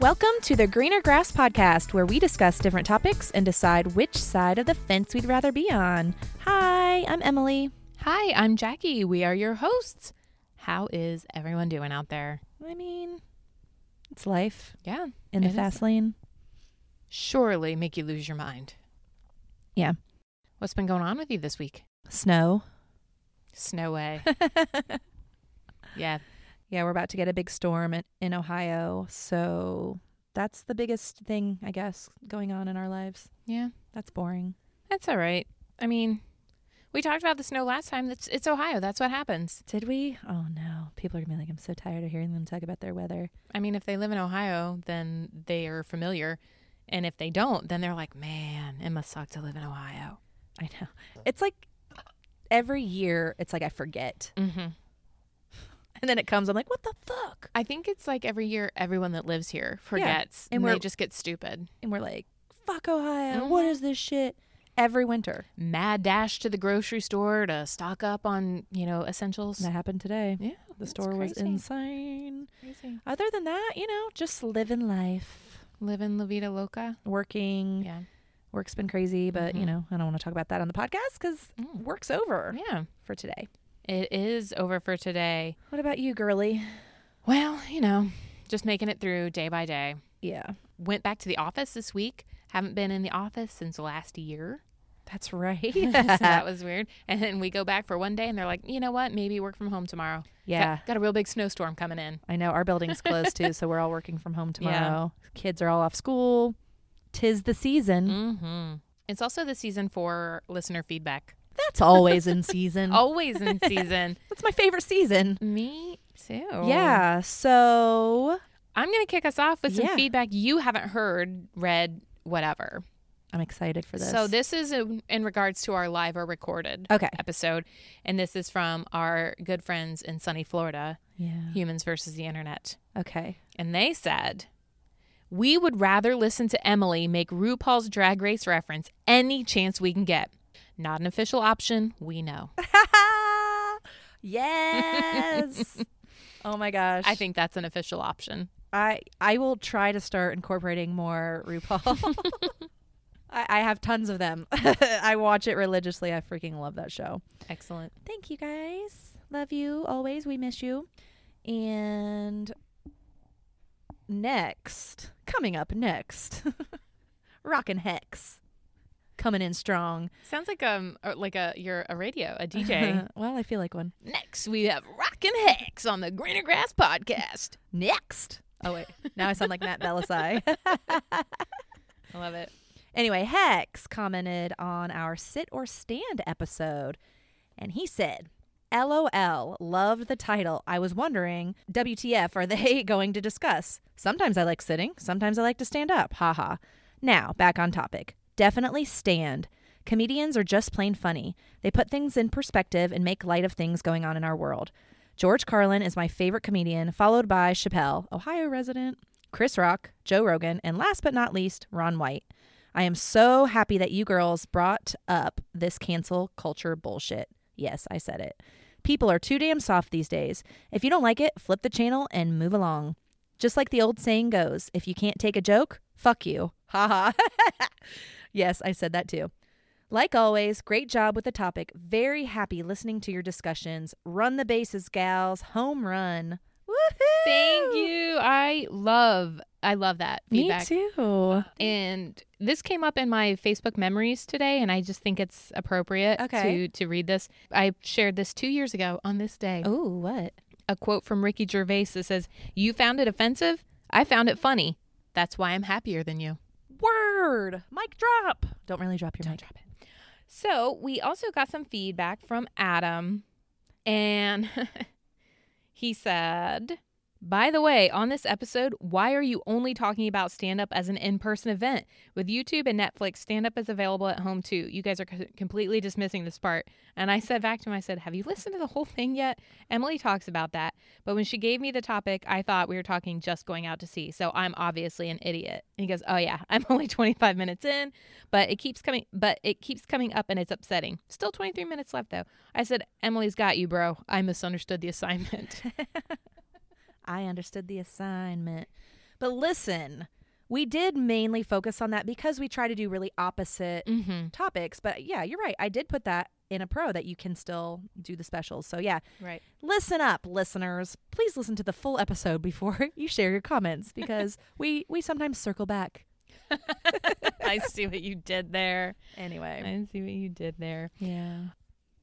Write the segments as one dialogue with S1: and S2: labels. S1: Welcome to the Greener Grass Podcast, where we discuss different topics and decide which side of the fence we'd rather be on. Hi, I'm Emily.
S2: Hi, I'm Jackie. We are your hosts. How is everyone doing out there?
S1: I mean, it's life
S2: Yeah.
S1: in the
S2: It is.
S1: fast lane.
S2: Surely make you lose your mind.
S1: Yeah.
S2: What's been going on with you this week?
S1: Snow.
S2: Snow way. yeah.
S1: Yeah, we're about to get a big storm in, in Ohio. So that's the biggest thing, I guess, going on in our lives.
S2: Yeah.
S1: That's boring.
S2: That's all right. I mean, we talked about the snow last time. That's it's Ohio. That's what happens.
S1: Did we? Oh, no. People are going to be like, I'm so tired of hearing them talk about their weather.
S2: I mean, if they live in Ohio, then they are familiar. And if they don't, then they're like, man, it must suck to live in Ohio.
S1: I know. It's like every year, it's like I forget.
S2: Mm-hmm.
S1: And then it comes, I'm like, what the fuck?
S2: I think it's like every year, everyone that lives here forgets
S1: And
S2: and,
S1: we're-
S2: they just get stupid.
S1: and we're like, fuck Ohio. What
S2: Mm-hmm.
S1: is this shit? Every winter.
S2: mad dash to the grocery store to stock up on you know essentials.
S1: That happened today.
S2: Yeah,
S1: The store was insane.
S2: insane.
S1: Other than that, you know, just living life,
S2: Living La Vida Loca.
S1: working.
S2: Yeah,
S1: Work's been crazy, but you
S2: Mhm.
S1: know, I don't want to talk about that on the podcast because
S2: Mm.
S1: work's over
S2: yeah.
S1: for today.
S2: It is over for today.
S1: What about you, girly?
S2: Well, you know, just making it through day by day.
S1: Yeah,
S2: Went back to the office this week. Haven't been in the office since last year.
S1: that's right.
S2: so that was weird. And then we go back for one day and they're like, you know what? Maybe work from home tomorrow.
S1: yeah,
S2: Got, got a real big snowstorm coming in.
S1: I know. Our building's closed too, so we're all working from home
S2: Yeah.
S1: tomorrow. Kids are all off school. Tis the season.
S2: Mm-hmm. It's also the season for listener feedback.
S1: That's always in season.
S2: Always in season.
S1: that's my favorite season.
S2: Me too.
S1: Yeah. So
S2: I'm going to kick us off with some
S1: Yeah.
S2: feedback you haven't heard, read, whatever.
S1: I'm excited for this.
S2: So, this is in, in regards to our live or recorded
S1: Okay.
S2: episode. And this is from our good friends in sunny Florida,
S1: Yeah.
S2: Humans versus the Internet.
S1: Okay.
S2: And they said, We would rather listen to Emily make RuPaul's drag race reference any chance we can get. Not an official option, we know.
S1: yes. oh my gosh.
S2: I think that's an official option.
S1: I I will try to start incorporating more RuPaul. I, I have tons of them. I watch it religiously. I freaking love that show.
S2: Excellent.
S1: Thank you guys. Love you always. We miss you. And next, coming up next, Rockin' Hex coming in strong.
S2: Sounds like um uh, like a you're a radio, a DJ.
S1: well, I feel like one.
S2: Next, we have Rockin' Hex on the Greener Grass Podcast.
S1: Next.
S2: Oh, wait.
S1: Now I sound like Matt Belisai.
S2: I love it.
S1: anyway, Hex commented on our sit or stand episode, and he said, LOL, loved the title. I was wondering, WTF are they going to discuss? Sometimes I like sitting, sometimes I like to stand up. Haha. Now, back on topic. Definitely stand. Comedians are just plain funny. They put things in perspective and make light of things going on in our world. George Carlin is my favorite comedian, followed by Chappelle, Ohio resident, Chris Rock, Joe Rogan, and last but not least, Ron White. I am so happy that you girls brought up this cancel culture bullshit. Yes, I said it. People are too damn soft these days. If you don't like it, flip the channel and move along. Just like the old saying goes, if you can't take a joke, fuck you. Ha ha. yes, I said that too. Like always, great job with the topic. Very happy listening to your discussions. Run the bases, gals. Home run. Woohoo!
S2: Thank you. I love I love that feedback.
S1: Me too.
S2: And this came up in my Facebook memories today, and I just think it's appropriate
S1: Okay.
S2: to to read this. I shared this two years ago on this day.
S1: Oh, what?
S2: A quote from Ricky Gervais that says, "You found it offensive. I found it funny. That's why I'm happier than you."
S1: Word. Mic drop. Don't really drop your mic.
S2: drop it. So we also got some feedback from Adam, and he said, "By the way, on this episode, why are you only talking about stand up as an in-person event? With YouTube and Netflix, stand up is available at home too. You guys are co- completely dismissing this part." And I said back to him, I said, "Have you listened to the whole thing yet?" Emily talks about that, but when she gave me the topic, I thought we were talking just going out to sea. So I'm obviously an idiot. And he goes, "Oh yeah, I'm only 25 minutes in, but it keeps coming, but it keeps coming up, and it's upsetting. Still 23 minutes left though." I said, "Emily's got you, bro. I misunderstood the assignment."
S1: I understood the assignment. But listen, we did mainly focus on that because we try to do really opposite
S2: Mm-hmm.
S1: topics. But yeah, you're right. I did put that in a pro that you can still do the specials. So yeah,
S2: Right.
S1: listen up, listeners. Please listen to the full episode before you share your comments because we we sometimes circle back.
S2: I see what you did there.
S1: Anyway.
S2: I see what you did there.
S1: Yeah.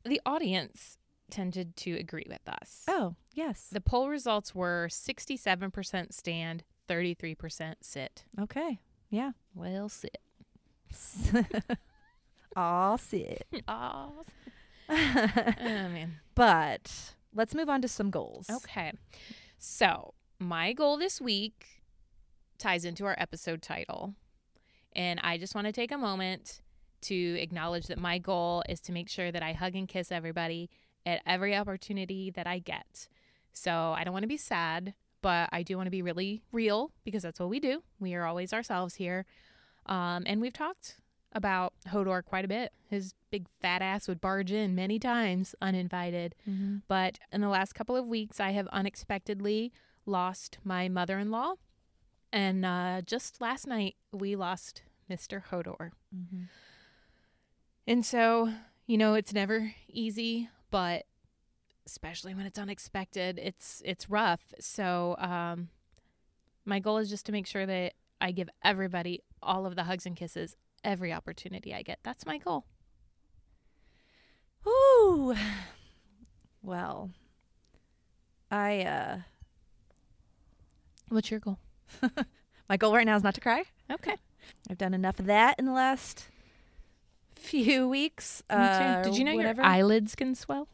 S2: The audience tended to agree with us.
S1: Oh, yes.
S2: The poll results were 67% stand, 33% sit.
S1: Okay. Yeah.
S2: Well, sit.
S1: All sit.
S2: oh, man.
S1: but let's move on to some goals.
S2: Okay. So, my goal this week ties into our episode title. And I just want to take a moment to acknowledge that my goal is to make sure that I hug and kiss everybody at every opportunity that I get. So, I don't want to be sad, but I do want to be really real because that's what we do. We are always ourselves here. Um, and we've talked about Hodor quite a bit. His big fat ass would barge in many times uninvited.
S1: Mm-hmm.
S2: But in the last couple of weeks, I have unexpectedly lost my mother in law. And uh, just last night, we lost Mr. Hodor.
S1: Mm-hmm.
S2: And so, you know, it's never easy, but especially when it's unexpected, it's it's rough. So, um, my goal is just to make sure that I give everybody all of the hugs and kisses every opportunity I get. That's my goal.
S1: Ooh. Well, I uh
S2: What's your goal?
S1: my goal right now is not to cry.
S2: Okay.
S1: I've done enough of that in the last few weeks. uh,
S2: Did you know
S1: whatever.
S2: your eyelids can swell?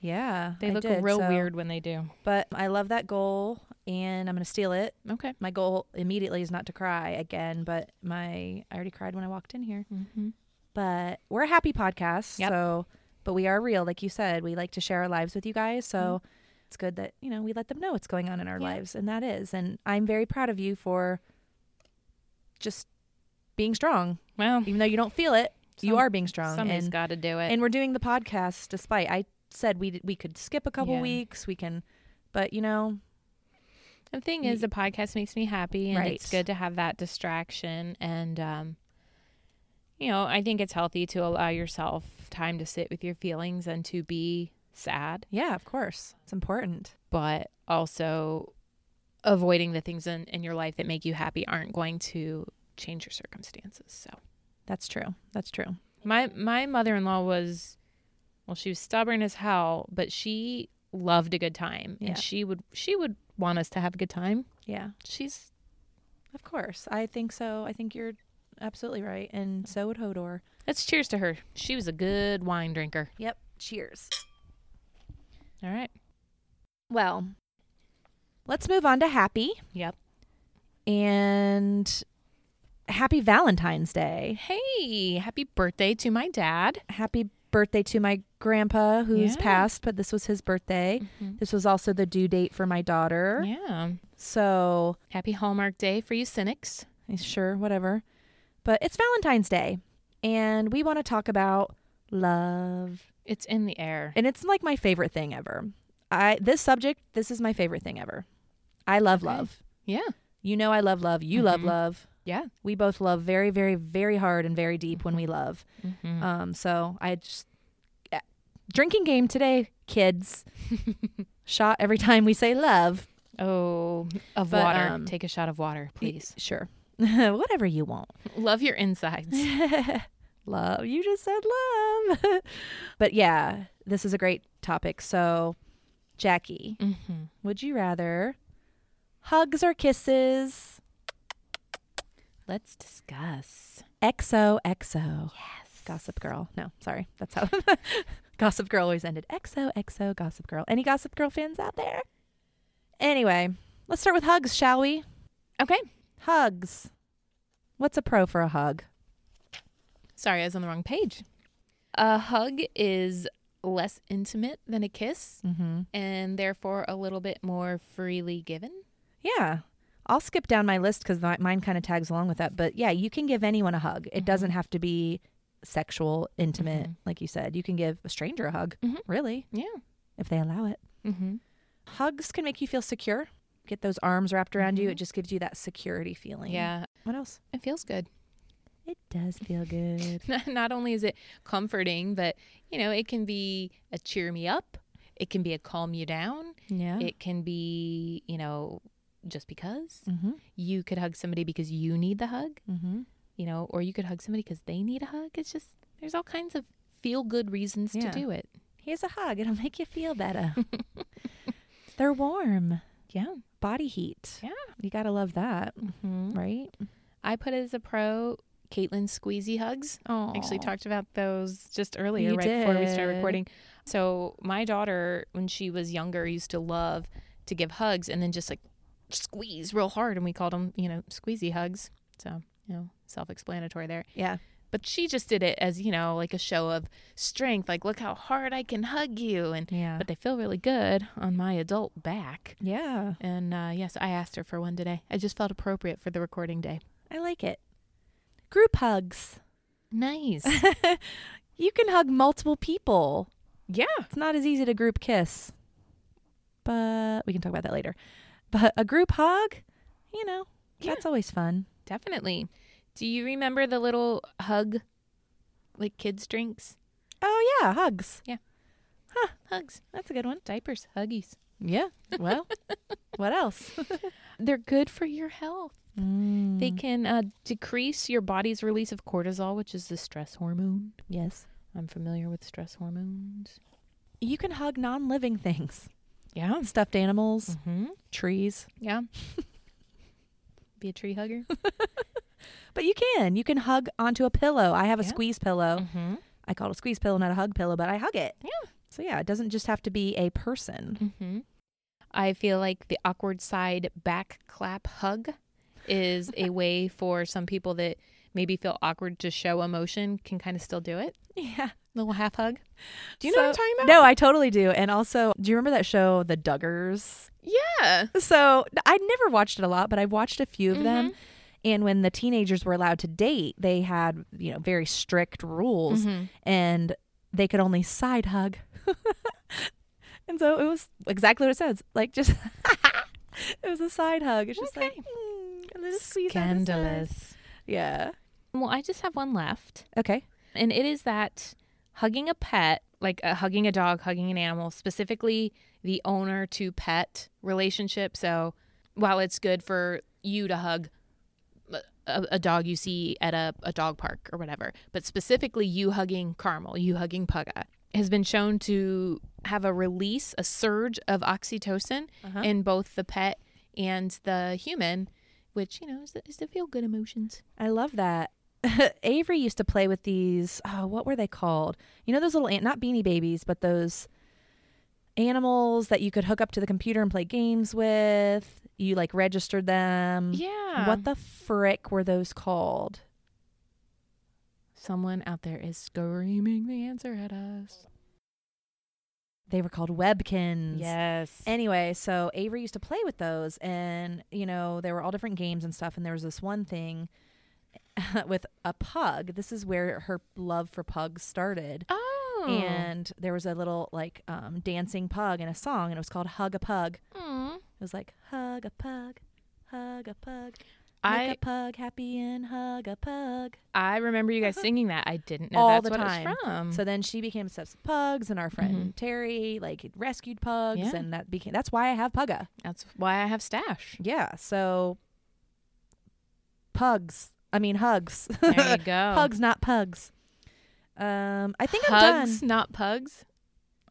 S1: Yeah,
S2: They
S1: I
S2: look
S1: did,
S2: real
S1: so-
S2: weird when they do.
S1: But I love that goal, and I'm gonna steal it.
S2: Okay.
S1: My goal immediately is not to cry again, but my I already cried when I walked in here.
S2: Mm-hmm.
S1: but we're a happy podcast
S2: Yep.
S1: so but we are real like you said we like to share our lives with you guys so it's good that you know we let them know what's going on in our
S2: Mm-hmm. Yeah.
S1: lives and that is and i'm very proud of you for just being strong
S2: Well,
S1: even though you don't feel it you
S2: Some-
S1: are being strong
S2: somebody's
S1: and,
S2: got to do it.
S1: and we're doing the podcast despite i said we d- we could skip a couple
S2: Yeah.
S1: weeks we can but you know
S2: the thing is, the podcast makes me happy, and it's
S1: Right.
S2: good to have that distraction. And um, you know, I think it's healthy to allow yourself time to sit with your feelings and to be sad,
S1: yeah of course it's important
S2: but also avoiding the things in, in your life that make you happy aren't going to change your circumstances. So.
S1: that's true that's true
S2: My my mother in law was well, she was stubborn as hell, but she loved a good time.
S1: Yeah.
S2: And she would she would want us to have a good time.
S1: yeah
S2: She's
S1: Of course. I think so. I think you're absolutely right. And so would Hodor.
S2: let's cheers to her. She was a good wine drinker.
S1: Yep. Cheers.
S2: All right.
S1: Well, let's move on to happy
S2: Yep.
S1: and happy Valentine's Day.
S2: Hey, happy birthday to my dad.
S1: Happy birthday to my grandpa who's
S2: Yeah. Mm-hmm.
S1: passed, but this was his birthday. This was also the due date for my daughter.
S2: Yeah.
S1: So, eh,
S2: Happy Hallmark Day for you cynics.
S1: sure, whatever. But it's Valentine's Day and we want to talk about love
S2: It's in the air.
S1: and it's like my favorite thing ever. I this subject, this is my favorite thing ever. I love
S2: Okay.
S1: love.
S2: Yeah.
S1: You know I love love. You love
S2: Mhm.
S1: love.
S2: Yeah.
S1: We both love very very very hard and very deep when we love.
S2: Mm-hmm.
S1: Um so I just yeah. drinking game today, kids. Shot every time we say love.
S2: oh, of
S1: but,
S2: water.
S1: um,
S2: Take a shot of water, please.
S1: Sure. Whatever you want.
S2: Love your insides.
S1: love. You just said love. but yeah, this is a great topic. So Jackie,
S2: mm-hmm.
S1: Would you rather hugs or kisses?
S2: Let's discuss.
S1: XOXO.
S2: Yes.
S1: Gossip Girl. No, sorry. That's how Gossip Girl always ended. XOXO Gossip Girl. Any Gossip Girl fans out there? Anyway, let's start with hugs, shall we?
S2: Okay.
S1: Hugs. What's a pro for a hug?
S2: Sorry, I was on the wrong page. A hug is less intimate than a kiss
S1: Mm-hmm.
S2: and therefore a little bit more freely given.
S1: Yeah. I'll skip down my list because mine kind of tags along with that. But yeah, you can give anyone a hug. It
S2: Mhm.
S1: doesn't have to be sexual, intimate,
S2: Mhm.
S1: like you said. You can give a stranger a hug,
S2: Mhm.
S1: really,
S2: Yeah.
S1: if they allow it.
S2: Mm-hmm.
S1: Hugs can make you feel secure, get those arms wrapped around you.
S2: Mhm.
S1: It just gives you that security feeling.
S2: Yeah,
S1: What else?
S2: it feels good.
S1: It does feel good.
S2: Not only is it comforting, but you know, it can be a cheer me up. It can be a calm you down.
S1: Yeah.
S2: It can be, you know, just because
S1: mm-hmm.
S2: you could hug somebody because you need the hug,
S1: Mm-hmm.
S2: you know, or you could hug somebody because they need a hug. It's just there's all kinds of feel good reasons
S1: Yeah.
S2: to do it.
S1: Here's a hug. It'll make you feel better. They're warm.
S2: Yeah.
S1: Body heat.
S2: Yeah.
S1: You gotta love that,
S2: hmm
S1: right?
S2: I put it as a pro. Caitlin squeezy hugs.
S1: Oh,
S2: actually talked about those just earlier,
S1: You
S2: right before we started
S1: did.
S2: recording. So my daughter, when she was younger, used to love to give hugs and then just like squeeze real hard, and we called them, you know, squeezy hugs. So you know, self-explanatory there.
S1: Yeah.
S2: But she just did it as you know, like a show of strength, like look how hard I can hug you, and
S1: Yeah.
S2: but they feel really good on my adult back.
S1: yeah.
S2: And uh, yes, I asked her for one today. I just felt appropriate for the recording day.
S1: I like it. Group hugs.
S2: Nice.
S1: You can hug multiple people.
S2: yeah.
S1: It's not as easy to group kiss, but we can talk about that later. But a group hug, you know,
S2: Yeah.
S1: that's always fun.
S2: Definitely. Do you remember the little hug, like kids' drinks?
S1: Oh, yeah. Hugs.
S2: Hugs,
S1: That's a good one.
S2: diapers, huggies.
S1: Yeah. Well, what else?
S2: They're good for your health. They
S1: Mm,
S2: can uh, decrease your body's release of cortisol, which is the stress hormone.
S1: yes.
S2: I'm familiar with stress hormones.
S1: You can hug non living things
S2: Yeah.
S1: stuffed animals,
S2: Mm-hmm.
S1: trees.
S2: Yeah. Be a tree hugger.
S1: But you can. You can hug onto a pillow. I have a
S2: Yeah.
S1: squeeze pillow.
S2: Mm-hmm.
S1: I call it a squeeze pillow, not a hug pillow, but I hug it.
S2: Yeah.
S1: So, Hmm. yeah, it doesn't just have to be a person.
S2: Mm-hmm. I feel like the awkward side back clap hug is a way for some people that maybe feel awkward to show emotion can kind of still do it.
S1: Yeah.
S2: Little half hug. Do you know what I'm talking about?
S1: No, I totally do. And also, do you remember that show, The Duggars?
S2: Yeah.
S1: So I never watched it a lot, but I've watched a few of
S2: Mm-hmm.
S1: them. And when the teenagers were allowed to date, they had, you know, very strict
S2: Mm-hmm.
S1: rules and they could only side hug. and so it was exactly what it says. Like just it was a side hug. It's just like
S2: Okay.
S1: mm, a little squeeze on the side.
S2: Scandalous.
S1: Yeah.
S2: Well, I just have one left,
S1: Okay.
S2: and it is that hugging a pet, like uh, hugging a dog, hugging an animal, specifically the owner to pet relationship. So while it's good for you to hug a, a a dog you see at a, a dog park or whatever, but specifically you hugging Carmel, you hugging Pugga, has been shown to have a release, a surge of oxytocin
S1: Uh-huh.
S2: in both the pet and the human, which, you know, is the, is the feel good emotions.
S1: I love that. Avery used to play with these. Oh, what were they called? You know those little an- not beanie babies, but those animals that you could hook up to the computer and play games with. You like registered them.
S2: Yeah.
S1: Mm. What the frick were those called?
S2: Someone out there is screaming the answer at us.
S1: They were called webkins.
S2: Yes.
S1: Anyway, so Avery used to play with those, and you know there were all different games and stuff. And there was this one thing with a pug. This is where her love for pugs started.
S2: oh.
S1: and there was a little like um, dancing pug in a song, and it was called "Hug a Pug."
S2: Aw.
S1: It was like "Hug a Pug, Hug a Pug, make a
S2: I
S1: pug happy and hug a pug."
S2: I remember you guys singing that. I didn't know
S1: Uh-huh. All
S2: that's
S1: the
S2: what it
S1: time.
S2: was from.
S1: So then she became obsessed with pugs, and our friend Terry like rescued pugs,
S2: Mm-hmm. Yeah.
S1: and that became that's why I have Pugga.
S2: that's why I have stash.
S1: Yeah, so pugs. I mean hugs,
S2: There you go.
S1: pugs, not pugs. Um, I think I'm
S2: Hugs,
S1: done.
S2: not pugs.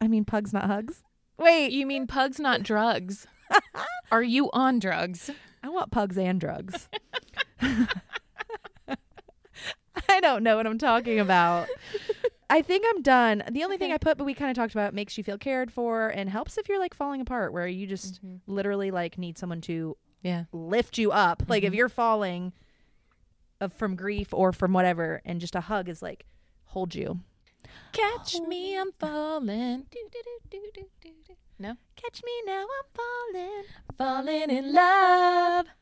S1: I mean pugs, not hugs. Wait,
S2: You mean pugs, not drugs? Are you on drugs?
S1: I want pugs and drugs. I don't know what I'm talking about. I think I'm done. The only thing
S2: Okay.
S1: I put, but we kind of talked about, makes you feel cared for and helps if you're like falling apart, where you just literally like need someone to
S2: Yeah.
S1: lift you up. Like if you're falling of, from grief or from whatever, and just a hug is like hold you.
S2: Catch me, I'm falling. No.
S1: Catch me now, I'm falling.
S2: Falling in love.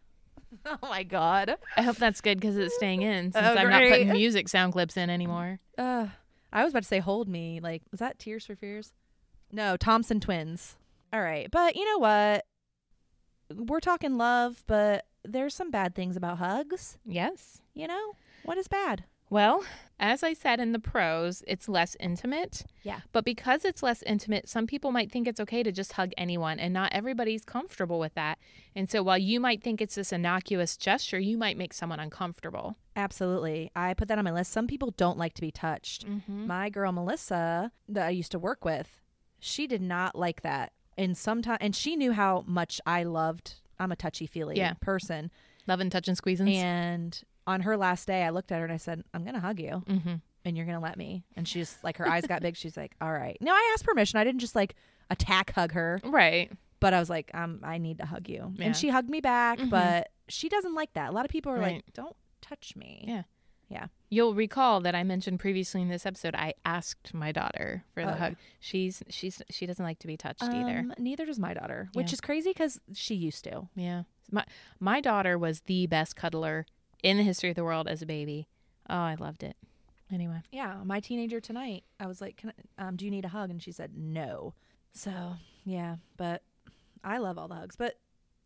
S1: Oh my god.
S2: I hope that's good because it's staying in since
S1: Oh,
S2: I'm not
S1: great.
S2: putting music sound clips in anymore.
S1: Uh, I was about to say hold me. Like, was that Tears for Fears? No, Thompson Twins. All right. But you know what? we're talking love, but there's some bad things about hugs.
S2: Yes.
S1: You know, what is bad?
S2: Well, as I said in the pros, it's less intimate.
S1: Yeah.
S2: But because it's less intimate, some people might think it's okay to just hug anyone, and not everybody's comfortable with that. And so while you might think it's this innocuous gesture, you might make someone uncomfortable.
S1: Absolutely. I put that on my list. Some people don't like to be touched.
S2: Mm-hmm.
S1: My girl Melissa, that I used to work with, she did not like that. And sometimes, and she knew how much I loved. I'm a touchy feely
S2: Yeah.
S1: person.
S2: Love and touch and squeezins.
S1: And on her last day, I looked at her and I said, "I'm gonna hug you,
S2: mm-hmm.
S1: and you're gonna let me." And she just like her eyes got big. She's like, "All right." No, I asked permission. I didn't just like attack hug her,
S2: Right.
S1: but I was like, um, "I need to hug you,"
S2: Yeah.
S1: and she hugged me back.
S2: Mhm.
S1: But she doesn't like that. A lot of people are
S2: Right.
S1: like, "Don't touch me."
S2: Yeah. You'll recall that I mentioned previously in this episode I asked my daughter for the
S1: Oh,
S2: hug. She's she's she doesn't like to be touched either.
S1: Um, neither does my daughter, which
S2: Yeah.
S1: is crazy because she used to.
S2: Yeah. My my daughter was the best cuddler in the history of the world as a baby. Oh, I loved it. Anyway.
S1: Yeah, my teenager tonight, I was like, Can I, um, "Do you need a hug?" And she said, "No." So yeah, but I love all the hugs, but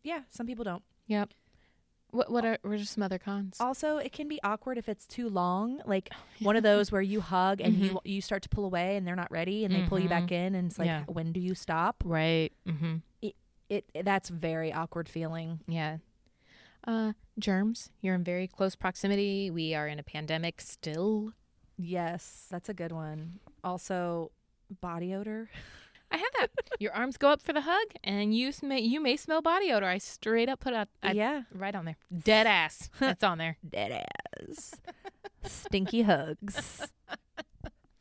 S1: yeah, some people don't.
S2: What what are were just some other cons?
S1: Also, it can be awkward if it's too long, like
S2: Oh,
S1: one of those where you hug and
S2: Mhm.
S1: you you start to pull away and they're not ready and they pull you back in and it's like,
S2: Mm-hmm. Yeah.
S1: when do you stop?
S2: Right. Mm-hmm.
S1: It, it that's a very awkward feeling.
S2: Yeah. Uh germs. You're in very close proximity. We are in a pandemic still.
S1: Yes, that's a good one. Also, body odor.
S2: I had that. Your arms go up for the hug and you sm- you may smell body odor. I straight up put out I
S1: yeah,
S2: Right on there. Dead ass. That's on there.
S1: dead ass. stinky hugs.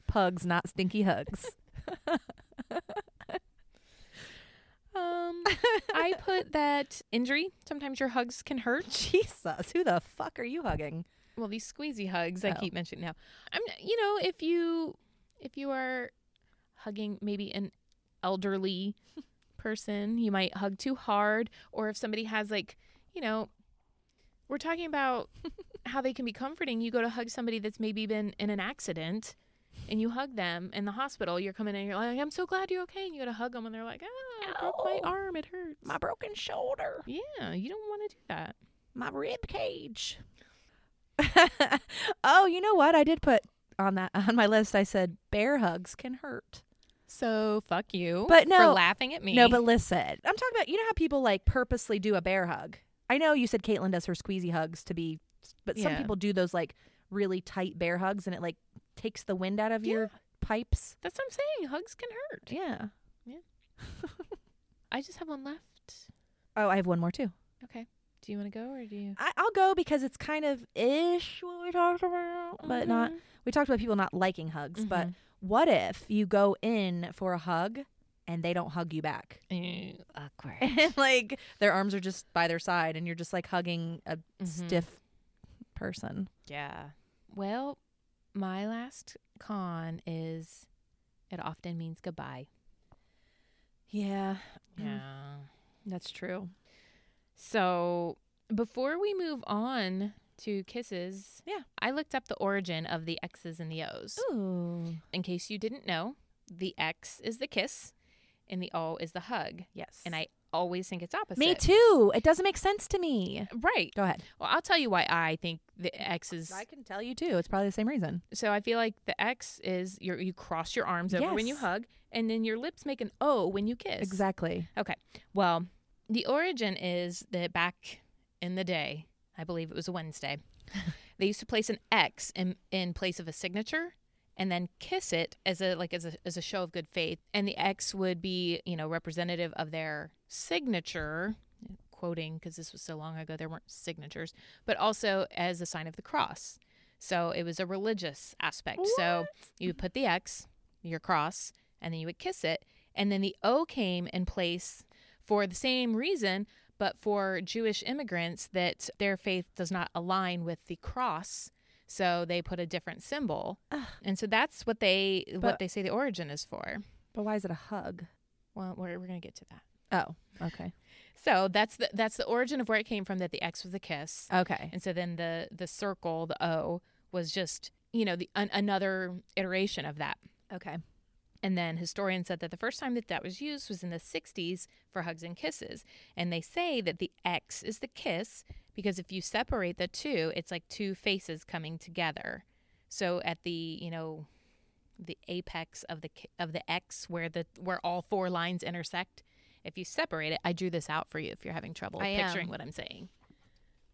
S1: Pugs, not stinky hugs.
S2: Um, I put that injury. Sometimes your hugs can hurt.
S1: Jesus, who the fuck are you hugging?
S2: Well, these squeezy hugs I
S1: Oh.
S2: keep mentioning now. I'm, you know, if you if you are hugging maybe an elderly person, you might hug too hard, or if somebody has like, you know, we're talking about how they can be comforting. You go to hug somebody that's maybe been in an accident. And you hug them in the hospital. You're coming in. and You're like, "I'm so glad you're okay." And you go to hug them, and they're like, "Oh, I broke
S1: Ow.
S2: my arm. It hurts."
S1: My broken shoulder,
S2: Yeah, you don't want to do that.
S1: my rib cage. oh, you know what? I did put on that on my list. I said bear hugs can hurt.
S2: So fuck you.
S1: But
S2: for
S1: no-
S2: laughing at me.
S1: No, but listen, I'm talking about you know how people like purposely do a bear hug. I know you said Caitlyn does her squeezy hugs to be, but some
S2: Yeah.
S1: people do those like really tight bear hugs, and it like takes the wind out of your pipes.
S2: that's what I'm saying. Hugs can hurt.
S1: Yeah.
S2: I just have one left.
S1: Oh, I have one more too.
S2: Okay. Do you want to go or do you?
S1: I, I'll go because it's kind of ish what we talked about, but not.
S2: Mhm.
S1: We talked about people not liking hugs, but
S2: Mhm.
S1: what if you go in for a hug and they don't hug you back?
S2: Ew, awkward.
S1: And like their arms are just by their side, and you're just like hugging a
S2: Mhm.
S1: stiff person.
S2: Mm-hmm. Yeah. Well, my last con is it often means goodbye.
S1: Yeah, Mm.
S2: Yeah.
S1: that's true.
S2: So before we move on to kisses,
S1: Yeah.
S2: I looked up the origin of the X's and the O's.
S1: Ooh,
S2: In case you didn't know, the X is the kiss and the O is the hug.
S1: yes.
S2: And I always think it's opposite.
S1: me too. It doesn't make sense to me.
S2: Right.
S1: Go ahead.
S2: Well, I'll tell you why I think the X is.
S1: I can tell you too. It's probably the same reason.
S2: So I feel like the X is you you cross your arms over when you
S1: Yes.
S2: hug, and then your lips make an O when you kiss.
S1: Exactly.
S2: Well, the origin is that back in the day, I believe it was a Wednesday, they used to place an X in, in place of a signature and then kiss it as a like as a, as a show of good faith and the X would be, you know, representative of their signature quoting because this was so long ago there weren't signatures, but also as a sign of the cross. So it was a religious aspect. So you would put the X, your cross, and then you would kiss it. And then the O came in place for the same reason, but for Jewish immigrants that their faith does not align with the cross. So they put a different symbol.
S1: Ugh.
S2: And so that's what they
S1: But-
S2: what they say the origin is for.
S1: But why is it a hug?
S2: Well, we're, we're going to get to that.
S1: Oh, okay,
S2: So that's the that's the origin of where it came from that the X was the kiss.
S1: okay.
S2: And so then the the circle, the O was just, you know, the an, another iteration of that.
S1: Okay.
S2: And then historians said that the first time that that was used was in the 60s for hugs and kisses. And they say that the X is the kiss because if you separate the two, it's like two faces coming together. So at the, you know, the apex of the ki- of the X where the where all four lines intersect, if you separate it, I drew this out for you if you're having trouble
S1: I am.
S2: picturing what I'm saying.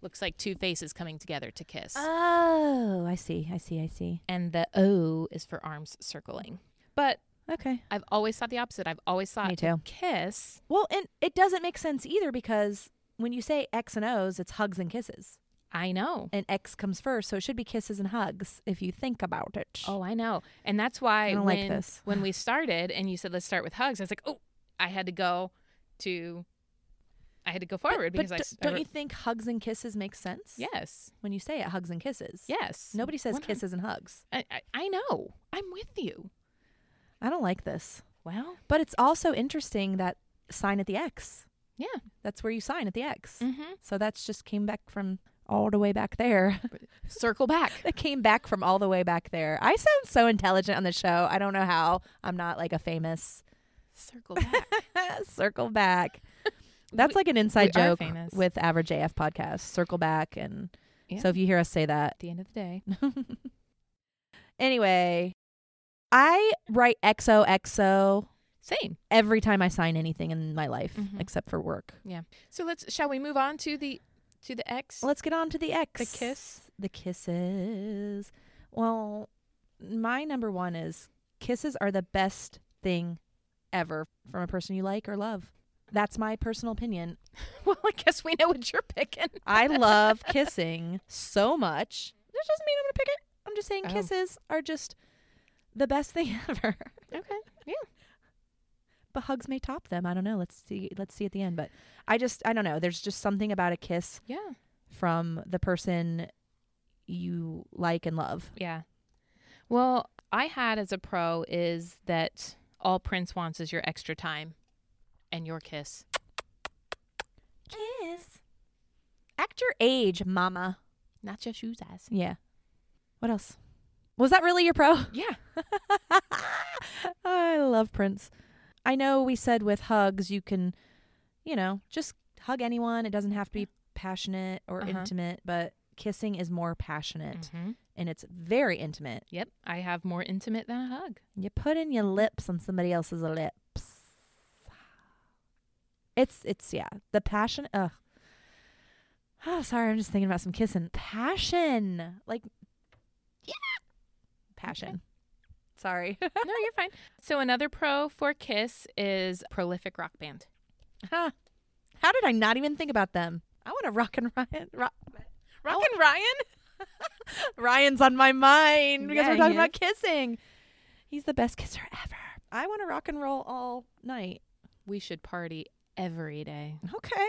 S2: Looks like two faces coming together to kiss.
S1: Oh, I see. I see. I see.
S2: and the O is for arms circling. But
S1: Okay.
S2: I've always thought the opposite. I've always thought
S1: Me too.
S2: kiss.
S1: Well, and it doesn't make sense either because when you say X and O's, it's hugs and kisses.
S2: I know.
S1: And X comes first, so it should be kisses and hugs if you think about it.
S2: Oh, I know. And that's why
S1: I don't like
S2: when,
S1: this.
S2: when we started and you said let's start with hugs, I was like, oh, I had to go to, I had to go forward
S1: but
S2: because I
S1: d-
S2: s- I.
S1: don't
S2: wrote-
S1: you think hugs and kisses makes sense?
S2: Yes.
S1: When you say it, hugs and kisses.
S2: Yes.
S1: Nobody says
S2: One hun-
S1: kisses and hugs.
S2: I, I, I know. I'm with you.
S1: I don't like this.
S2: Well.
S1: But it's also interesting that sign at the X.
S2: Yeah.
S1: That's where you sign at the X.
S2: Mm-hmm.
S1: So that's just came back from all the way back there.
S2: Circle back.
S1: that came back from all the way back there. I sound so intelligent on the show. I don't know how. I'm not like a famous
S2: Circle back.
S1: circle back. That's
S2: We-
S1: like an inside
S2: we are
S1: joke
S2: famous.
S1: with Average AF podcast. Circle back and
S2: Yeah.
S1: so if you hear us say that.
S2: At the end of the day.
S1: anyway, I write XOXO
S2: Same.
S1: every time I sign anything in my life
S2: Mhm.
S1: except for work.
S2: So let's. Shall we move on to the to the X?
S1: Let's get on to the X.
S2: The kiss?
S1: The kisses. Well, my number one is kisses are the best thing ever from a person you like or love. That's my personal opinion.
S2: well, I guess we know what you're picking.
S1: I love kissing so much. That doesn't mean I'm going to pick it. I'm just saying
S2: Oh.
S1: kisses are just the best thing ever.
S2: Okay.
S1: But hugs may top them. I don't know. Let's see. Let's see at the end. But I just, I don't know. There's just something about a kiss
S2: Yeah.
S1: from the person you like and love.
S2: Yeah. Well, I had as a pro is that all Prince wants is your extra time and your kiss.
S1: Kiss. Act your age, mama.
S2: Not just shoes as.
S1: Yeah. What else? Was that really your pro?
S2: Yeah.
S1: I love Prince. I know we said with hugs, you can, you know, just hug anyone. It doesn't have to be passionate or
S2: Uh-huh.
S1: intimate, but kissing is more passionate
S2: Mhm.
S1: and it's very intimate.
S2: Yep. I have more intimate than a hug.
S1: You put in your lips on somebody else's lips. It's it's yeah. The passion ugh. Oh, sorry, I'm just thinking about some kissing. Passion. Like yeah. Passion. Sorry.
S2: no, you're fine. So another pro for kiss is prolific rock band.
S1: Huh. How did I not even think about them? I want to rock and Ryan. Rock,
S2: Rock and Ryan?
S1: Ryan's on my mind because
S2: Yeah,
S1: we're
S2: he
S1: talking about kissing. He's the best kisser ever. I want to rock and roll all night.
S2: We should party every day.
S1: Okay.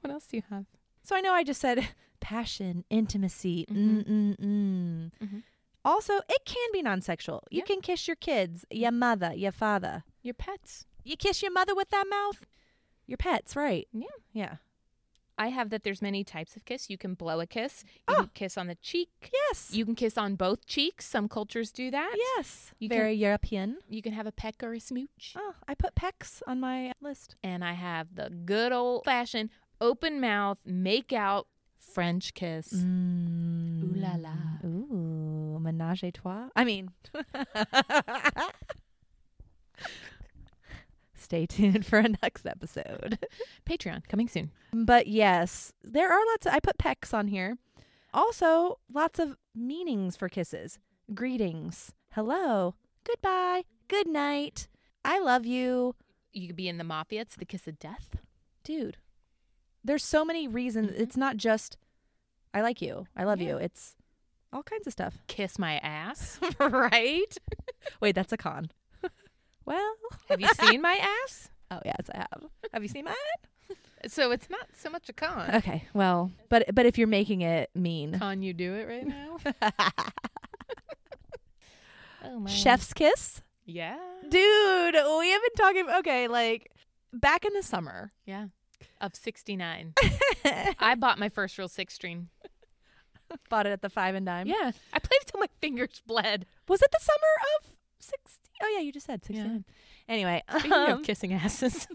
S2: What else do you have?
S1: So I know I just said passion, intimacy,
S2: Mhm.
S1: mm mm mm.
S2: Mhm.
S1: Also, it can be non-sexual. You
S2: Yeah. Mm-hmm.
S1: can kiss your kids, your mother, your father.
S2: Your pets.
S1: You kiss your mother with that mouth. Your pets, right?
S2: Yeah.
S1: Yeah.
S2: I have that there's many types of kiss. You can blow a kiss. You
S1: Oh.
S2: can kiss on the cheek.
S1: Yes.
S2: You can kiss on both cheeks. Some cultures do that.
S1: yes.
S2: You
S1: Very European.
S2: You can have a peck or a smooch.
S1: Oh, I put pecs on my list.
S2: And I have the good old fashioned open mouth make out French kiss.
S1: Mm.
S2: Ooh la la.
S1: Ooh, menage a trois. I mean, stay tuned for our next episode.
S2: Patreon coming soon.
S1: But yes, there are lots of, I put pecs on here. Also, lots of meanings for kisses. Greetings, hello, goodbye, good night, I love you.
S2: You could be in the mafia. It's the kiss of death.
S1: Dude, there's so many reasons.
S2: Mhm.
S1: It's not just, I like you, I love
S2: Yeah.
S1: you. It's all kinds of stuff.
S2: Kiss my ass.
S1: right? Wait, that's a con. well,
S2: have you seen my ass?
S1: oh yes, I have. Have you seen mine?
S2: So it's not so much a con.
S1: Okay, well, but but if you're making it mean,
S2: Con, you do it right now. oh my.
S1: chef's kiss,
S2: Yeah.
S1: dude. We have been talking. Okay, like back in the summer.
S2: Yeah. Of 69. I bought my first real six stream.
S1: Bought it at the five and dime.
S2: Yeah. I played it till my fingers bled.
S1: Was it the summer of sixty? Oh yeah, you just said 69. Anyway,
S2: Speaking
S1: um,
S2: of kissing asses.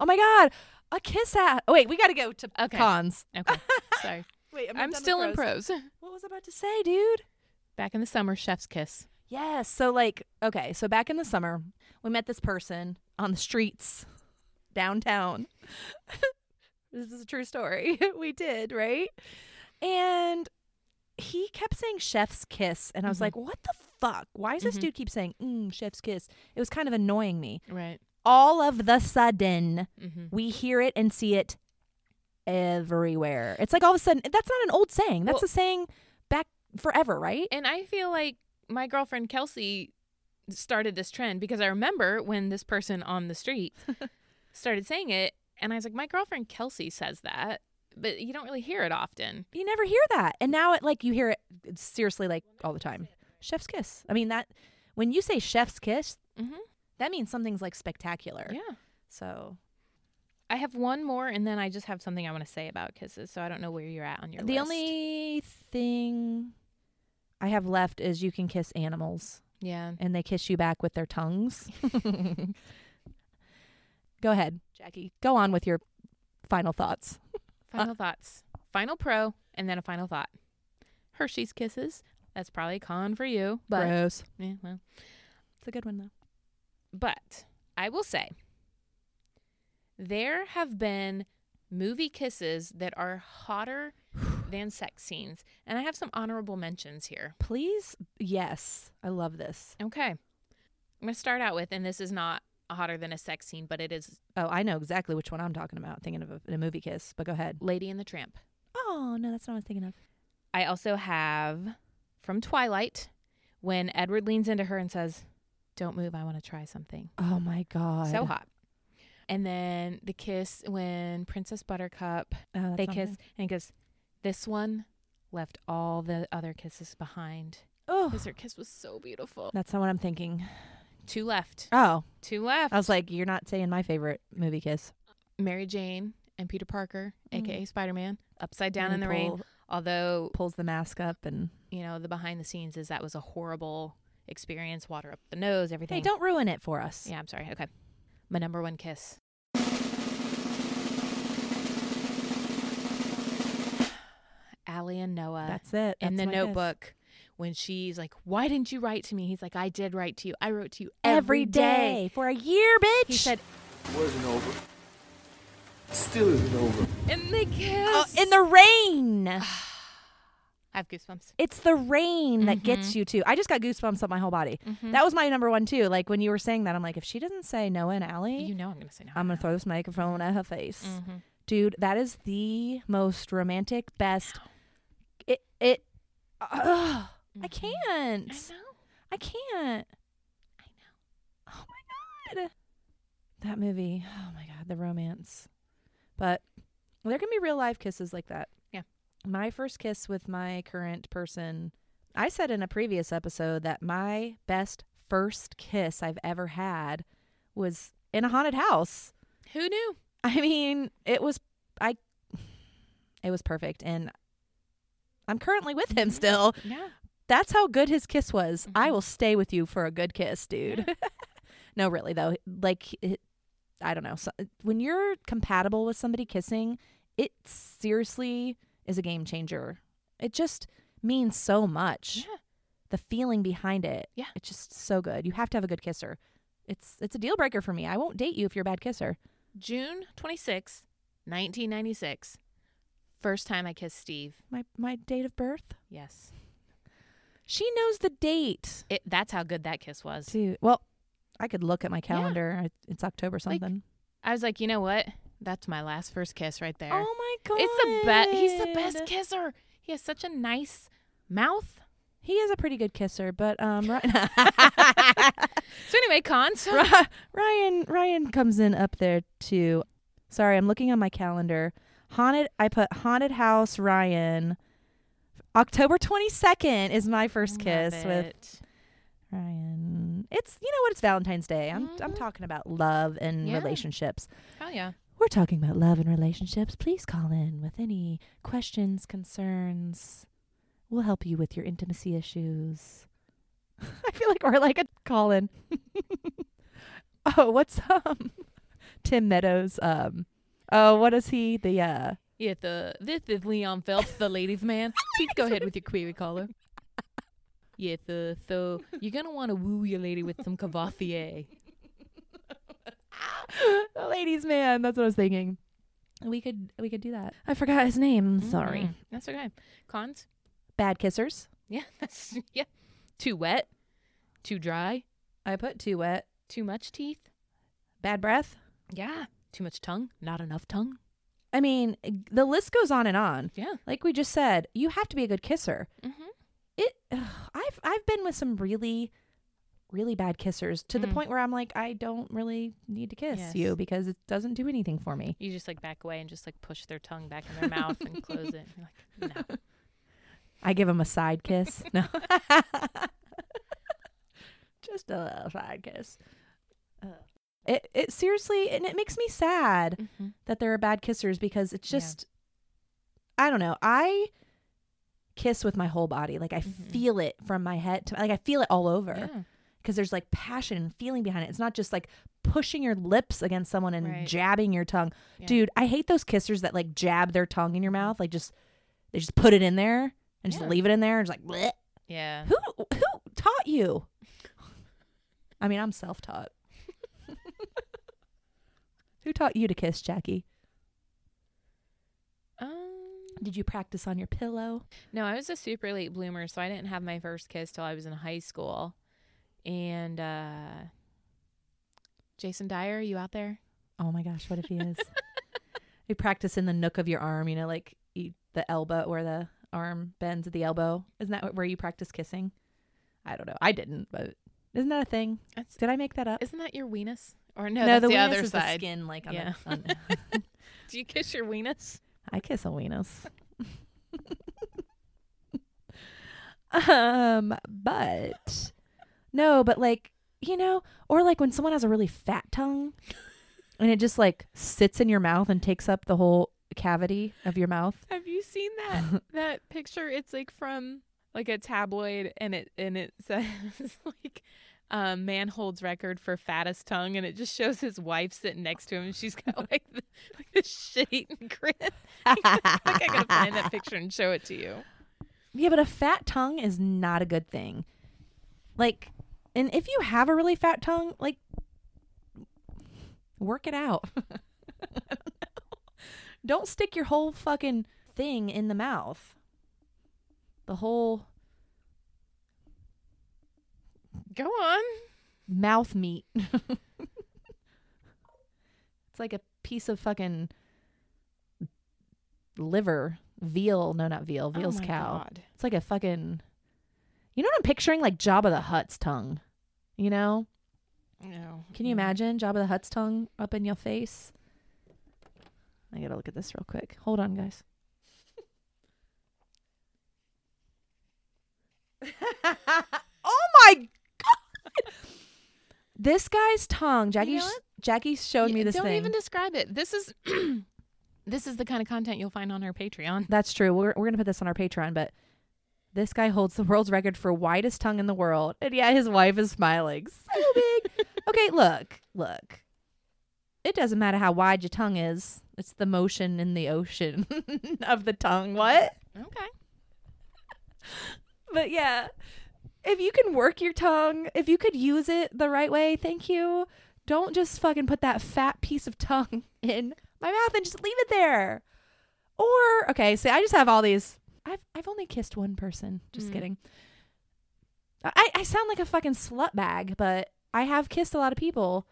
S1: oh my god, a kiss ass. Oh, wait, we got to go to
S2: Okay.
S1: cons.
S2: Okay. Sorry.
S1: Wait, not done
S2: I'm
S1: with
S2: still in prose.
S1: What was I about to say, dude?
S2: Back in the summer, chef's kiss.
S1: Yes. So like, okay, so back in the summer, we met this person on the streets downtown. this is a true story. we did, right? And he kept saying chef's kiss and I was
S2: Mhm.
S1: like, "What the fuck? Why does this
S2: Mhm.
S1: dude keep saying mm, chef's kiss?" It was kind of annoying me.
S2: Right.
S1: All of the sudden,
S2: Mm-hmm.
S1: we hear it and see it everywhere. It's like all of a sudden, that's not an old saying. That's
S2: Well-
S1: a saying back forever, right?
S2: And I feel like my girlfriend Kelsey started this trend because I remember when this person on the street started saying it, and I was like, my girlfriend Kelsey says that, but you don't really hear it often.
S1: You never hear that. And now it like you hear it it's seriously like all the time. Chef's kiss. I mean that when you say chef's kiss,
S2: Mhm.
S1: that means something's like spectacular.
S2: Yeah.
S1: So
S2: I have one more, and then I just have something I want to say about kisses, so I don't know where you're at on your
S1: the
S2: list.
S1: only thing I have left is you can kiss animals
S2: Yeah.
S1: and they kiss you back with their tongues. go ahead, Jackie. Go on with your final thoughts. Uh,
S2: Final thoughts. Final pro, and then a final thought. Hershey's kisses. That's probably a con for you, but
S1: Gross.
S2: yeah, well.
S1: It's a good one though.
S2: But I will say, there have been movie kisses that are hotter than sex scenes. And I have some honorable mentions here.
S1: Please, yes, I love this.
S2: Okay. I'm going to start out with, and this is not hotter than a sex scene, but it is
S1: Oh, I know exactly which one I'm talking about. Thinking of a, a movie kiss, but go ahead.
S2: Lady and the Tramp.
S1: Oh no, that's not what I was thinking of.
S2: I also have from Twilight when Edward leans into her and says, Don't move, I want to try something.
S1: Oh my god,
S2: So hot. And then the kiss when Princess Buttercup
S1: Oh,
S2: they kiss and he goes this one left all the other kisses behind
S1: Oh,
S2: because her kiss was so beautiful
S1: that's not what I'm thinking.
S2: two left
S1: Oh,
S2: two left
S1: I was like, you're not saying my favorite movie kiss.
S2: mary jane and peter parker
S1: Mm.
S2: aka spider-man upside down in
S1: And
S2: the
S1: he
S2: rain
S1: pull-
S2: although
S1: pulls the mask up and
S2: you know the behind the scenes is that was a horrible experience water up the nose everything
S1: hey, don't ruin it for us.
S2: yeah i'm sorry okay my number one kiss Allie and Noah.
S1: That's it.
S2: in the
S1: That's my kiss.
S2: notebook when she's like, Why didn't you write to me? He's like, I did write to you. I wrote to you
S1: every day for a year, bitch.
S2: He said,
S3: Wasn't over. Still isn't over.
S2: and they kiss.
S1: oh, in the rain.
S2: I have goosebumps.
S1: It's the rain that gets you too. I just got goosebumps up my whole body.
S2: Mm-hmm.
S1: That was my number one too. Like when you were saying that, I'm like, if she doesn't say Noah and Allie,
S2: You know I'm gonna say no. Mm-hmm.
S1: I'm gonna throw this microphone at her face, dude. That is the most romantic, best. It it. Ugh,
S2: Mm-hmm.
S1: I
S2: I know.
S1: can't. I can't.
S2: I know.
S1: Oh my god. That movie. Oh my god, the romance. But there can be real life kisses like that.
S2: Yeah.
S1: My first kiss with my current person. I said in a previous episode that my best first kiss I've ever had was in a haunted house.
S2: Who knew?
S1: I mean, it was I it was perfect and I'm currently with him still.
S2: Yeah.
S1: That's how good his kiss was. I
S2: Mhm.
S1: will stay with you for a good kiss, dude. no, really though. Like it, I don't know. So, when you're compatible with somebody kissing, it seriously is a game changer. It just means so much.
S2: Yeah.
S1: The feeling behind it.
S2: Yeah.
S1: It's just so good. You have to have a good kisser. It's it's a deal breaker for me. I won't date you if you're a bad kisser.
S2: June 26, 1996. First time I kissed Steve.
S1: My my date of birth.
S2: Yes.
S1: She knows the date.
S2: It, that's how good that kiss was.
S1: Dude, well, I could look at my calendar. It's October
S2: Like,
S1: something.
S2: I was like, you know what? That's my last first kiss right there.
S1: Oh my god.
S2: It's the best. He's the best kisser. He has such a nice mouth.
S1: He is a pretty good kisser, but um Ryan,
S2: So anyway, cons.
S1: Ryan Ryan comes in up there too. Sorry, I'm looking on my calendar. Haunted I put haunted house Ryan. October 22nd is my first kiss with Ryan. It's you know what it's Valentine's Day. I'm I'm
S2: Mhm.
S1: talking about love and
S2: Yeah.
S1: relationships.
S2: Hell Oh, yeah.
S1: We're talking about love and relationships. Please call in with any questions, concerns. We'll help you with your intimacy issues. I feel like we're like a call in. oh, what's um Tim Meadows? Um, oh, what is he? The uh,
S2: Yeah, the this is Leon Phelps, the ladies' man. Please go ahead with your query caller. Yeah, the, so you're gonna want to woo your lady with some Cavassier.
S1: the ladies' man. That's what I was thinking. We could we could do that. Mm-hmm. I forgot his name. I'm Sorry.
S2: Mm, that's okay. Cons?
S1: Bad kissers.
S2: Yeah, that's yeah. Too wet, too dry,
S1: I put too wet.
S2: too much teeth.
S1: Bad breath.
S2: Yeah, too much tongue, not enough tongue.
S1: I mean, the list goes on and on.
S2: Yeah.
S1: Like we just said, you have to be a good kisser.
S2: Mm-hmm.
S1: It. ugh, I've I've been with some really, really bad kissers to the
S2: Mm.
S1: point where I'm like, I don't really need to kiss
S2: Yes.
S1: you because it doesn't do anything for me.
S2: You just like back away and just like push their tongue back in their mouth and close it. You're like, no.
S1: I give him a side kiss. No. Just a little side kiss. Ugh. It it seriously and it makes me sad
S2: Mm-hmm.
S1: that there are bad kissers because it's
S2: Yeah.
S1: just I don't know. I kiss with my whole body. Like I
S2: Mhm.
S1: feel it from my head to like I feel it all over
S2: Yeah.
S1: because there's like passion and feeling behind it. It's not just like pushing your lips against someone and
S2: Right.
S1: jabbing your tongue.
S2: Yeah.
S1: Dude, I hate those kissers that like jab their tongue in your mouth. Like just they just put it in there and just
S2: Yeah.
S1: leave it in there and just like bleh.
S2: Yeah.
S1: who who taught you? I mean, I'm self-taught. who taught you to kiss, Jackie?
S2: Um,
S1: Did you practice on your pillow?
S2: No, I was a super late bloomer, so I didn't have my first kiss till I was in high school. And uh Jason Dyer, are you out there?
S1: Oh my gosh, what if he is? you practice in the nook of your arm, you know, like you, the elbow where the arm bends at the elbow. Isn't that what- where you practice kissing? I don't know. I didn't, but isn't that a thing?
S2: That's,
S1: Did I make that up?
S2: isn't that your weenus? Or no, that's the,
S1: weenus
S2: other
S1: is
S2: side.
S1: The skin, like on
S2: Yeah.
S1: the, on,
S2: Do you kiss your weenus?
S1: I kiss a weenus. um, but no, but like you know, or like when someone has a really fat tongue, and it just like sits in your mouth and takes up the whole cavity of your mouth.
S2: Have you seen that that picture? It's like from like a tabloid and it and it says like um, man holds record for fattest tongue and it just shows his wife sitting next to him and she's got like the, like this shit eating grin. I think I gotta find that picture and show it to you.
S1: Yeah, but a fat tongue is not a good thing. Like, and if you have a really fat tongue, like, work it out. I don't know. Don't stick your whole fucking thing in the mouth. The whole
S2: Go on.
S1: mouth meat. it's like a piece of fucking liver, veal. No, not
S2: Oh
S1: veal. Veal's cow. It's like a fucking. You know what I'm picturing? Like Jabba the Hutt's tongue. You know?
S2: No.
S1: Can you imagine Jabba the Hutt's tongue up in your face? I gotta look at this real quick. Hold on, guys. oh my god! This guy's tongue, Jackie's
S2: know what?
S1: Jackie's showing me this
S2: Don't
S1: thing.
S2: even describe it. This is this is the kind of content you'll find on our Patreon.
S1: That's true. We're, we're going to put this on our Patreon, but this guy holds the world's record for widest tongue in the world. And yeah, his wife is smiling. So big. okay, look, look. It doesn't matter how wide your tongue is, it's the motion in the ocean of the tongue. What?
S2: Okay.
S1: But yeah, if you can work your tongue, if you could use it the right way, thank you. Don't just fucking put that fat piece of tongue in my mouth and just leave it there. Or okay, see, I just have all these. I've I've only kissed one person. Just
S2: Mm.
S1: kidding. I I sound like a fucking slut bag, but I have kissed a lot of people,